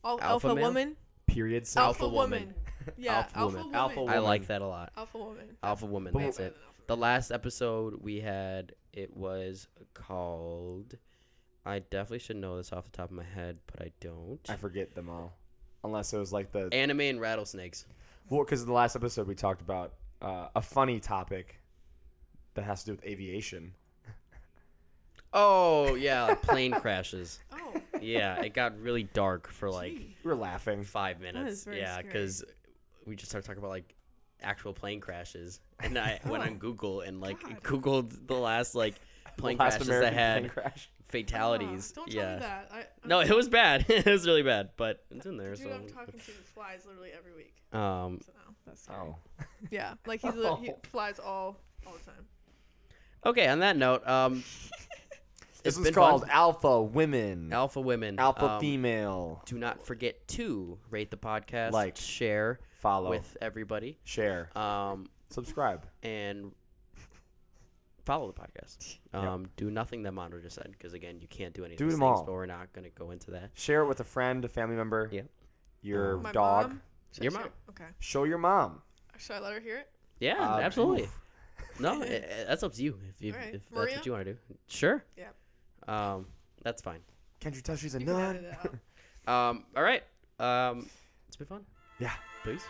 Oh, alpha, Alpha male? Woman. Oh. Period. So Alpha woman. [LAUGHS] Yeah, Alpha Alpha, woman. Woman. Alpha I like Woman. that a lot. Alpha Woman. Alpha Woman. But- That's Way it. better than Alpha The Male. last episode we had, it was called. I definitely should know this off the top of my head, but I don't. I forget them all, unless it was like the Anime and rattlesnakes. Well, because the last episode we talked about uh, a funny topic that has to do with aviation. Oh yeah, like [LAUGHS] plane crashes. Oh, Yeah, it got really dark for [LAUGHS] like gee. We were laughing. five minutes. is very yeah, scary. because we just started talking about like actual plane crashes, and [LAUGHS] I went on Google and like Oh, God. googled the last like plane Last crashes American that had plane crash. fatalities. Ah, don't yeah. tell me that. I, I'm, [LAUGHS] No, it was bad. [LAUGHS] it was really bad, but it's in there. Dude, so I'm talking to flies literally every week. um, So no, that's scary. Oh, Yeah, like he's li- he [LAUGHS] Oh. flies all all the time. okay. On that note, um, this It's is been called fun. Alpha Women, alpha women, Alpha um, Female. Do not forget to rate the podcast, Like, share Follow, with everybody, share, um, subscribe. and follow the [LAUGHS] podcast. Um, Do nothing that Mondo just said because again, you can't do any of Do these them things, all. but we're not going to go into that. Share it with a friend, a family member. Yep. Your My dog. mom. Should I Your share- mom. Okay. Show your mom. Should I let her hear it? Yeah, Uh, [LAUGHS] absolutely. oof. No, i- i that's up to you if, you, Alright. if that's Maria? what you want to do. Sure. Yeah. Um, that's fine. Can't you tell she's a You can edit nun? it out. Um, all right. Um, it's been fun. yeah. Peace.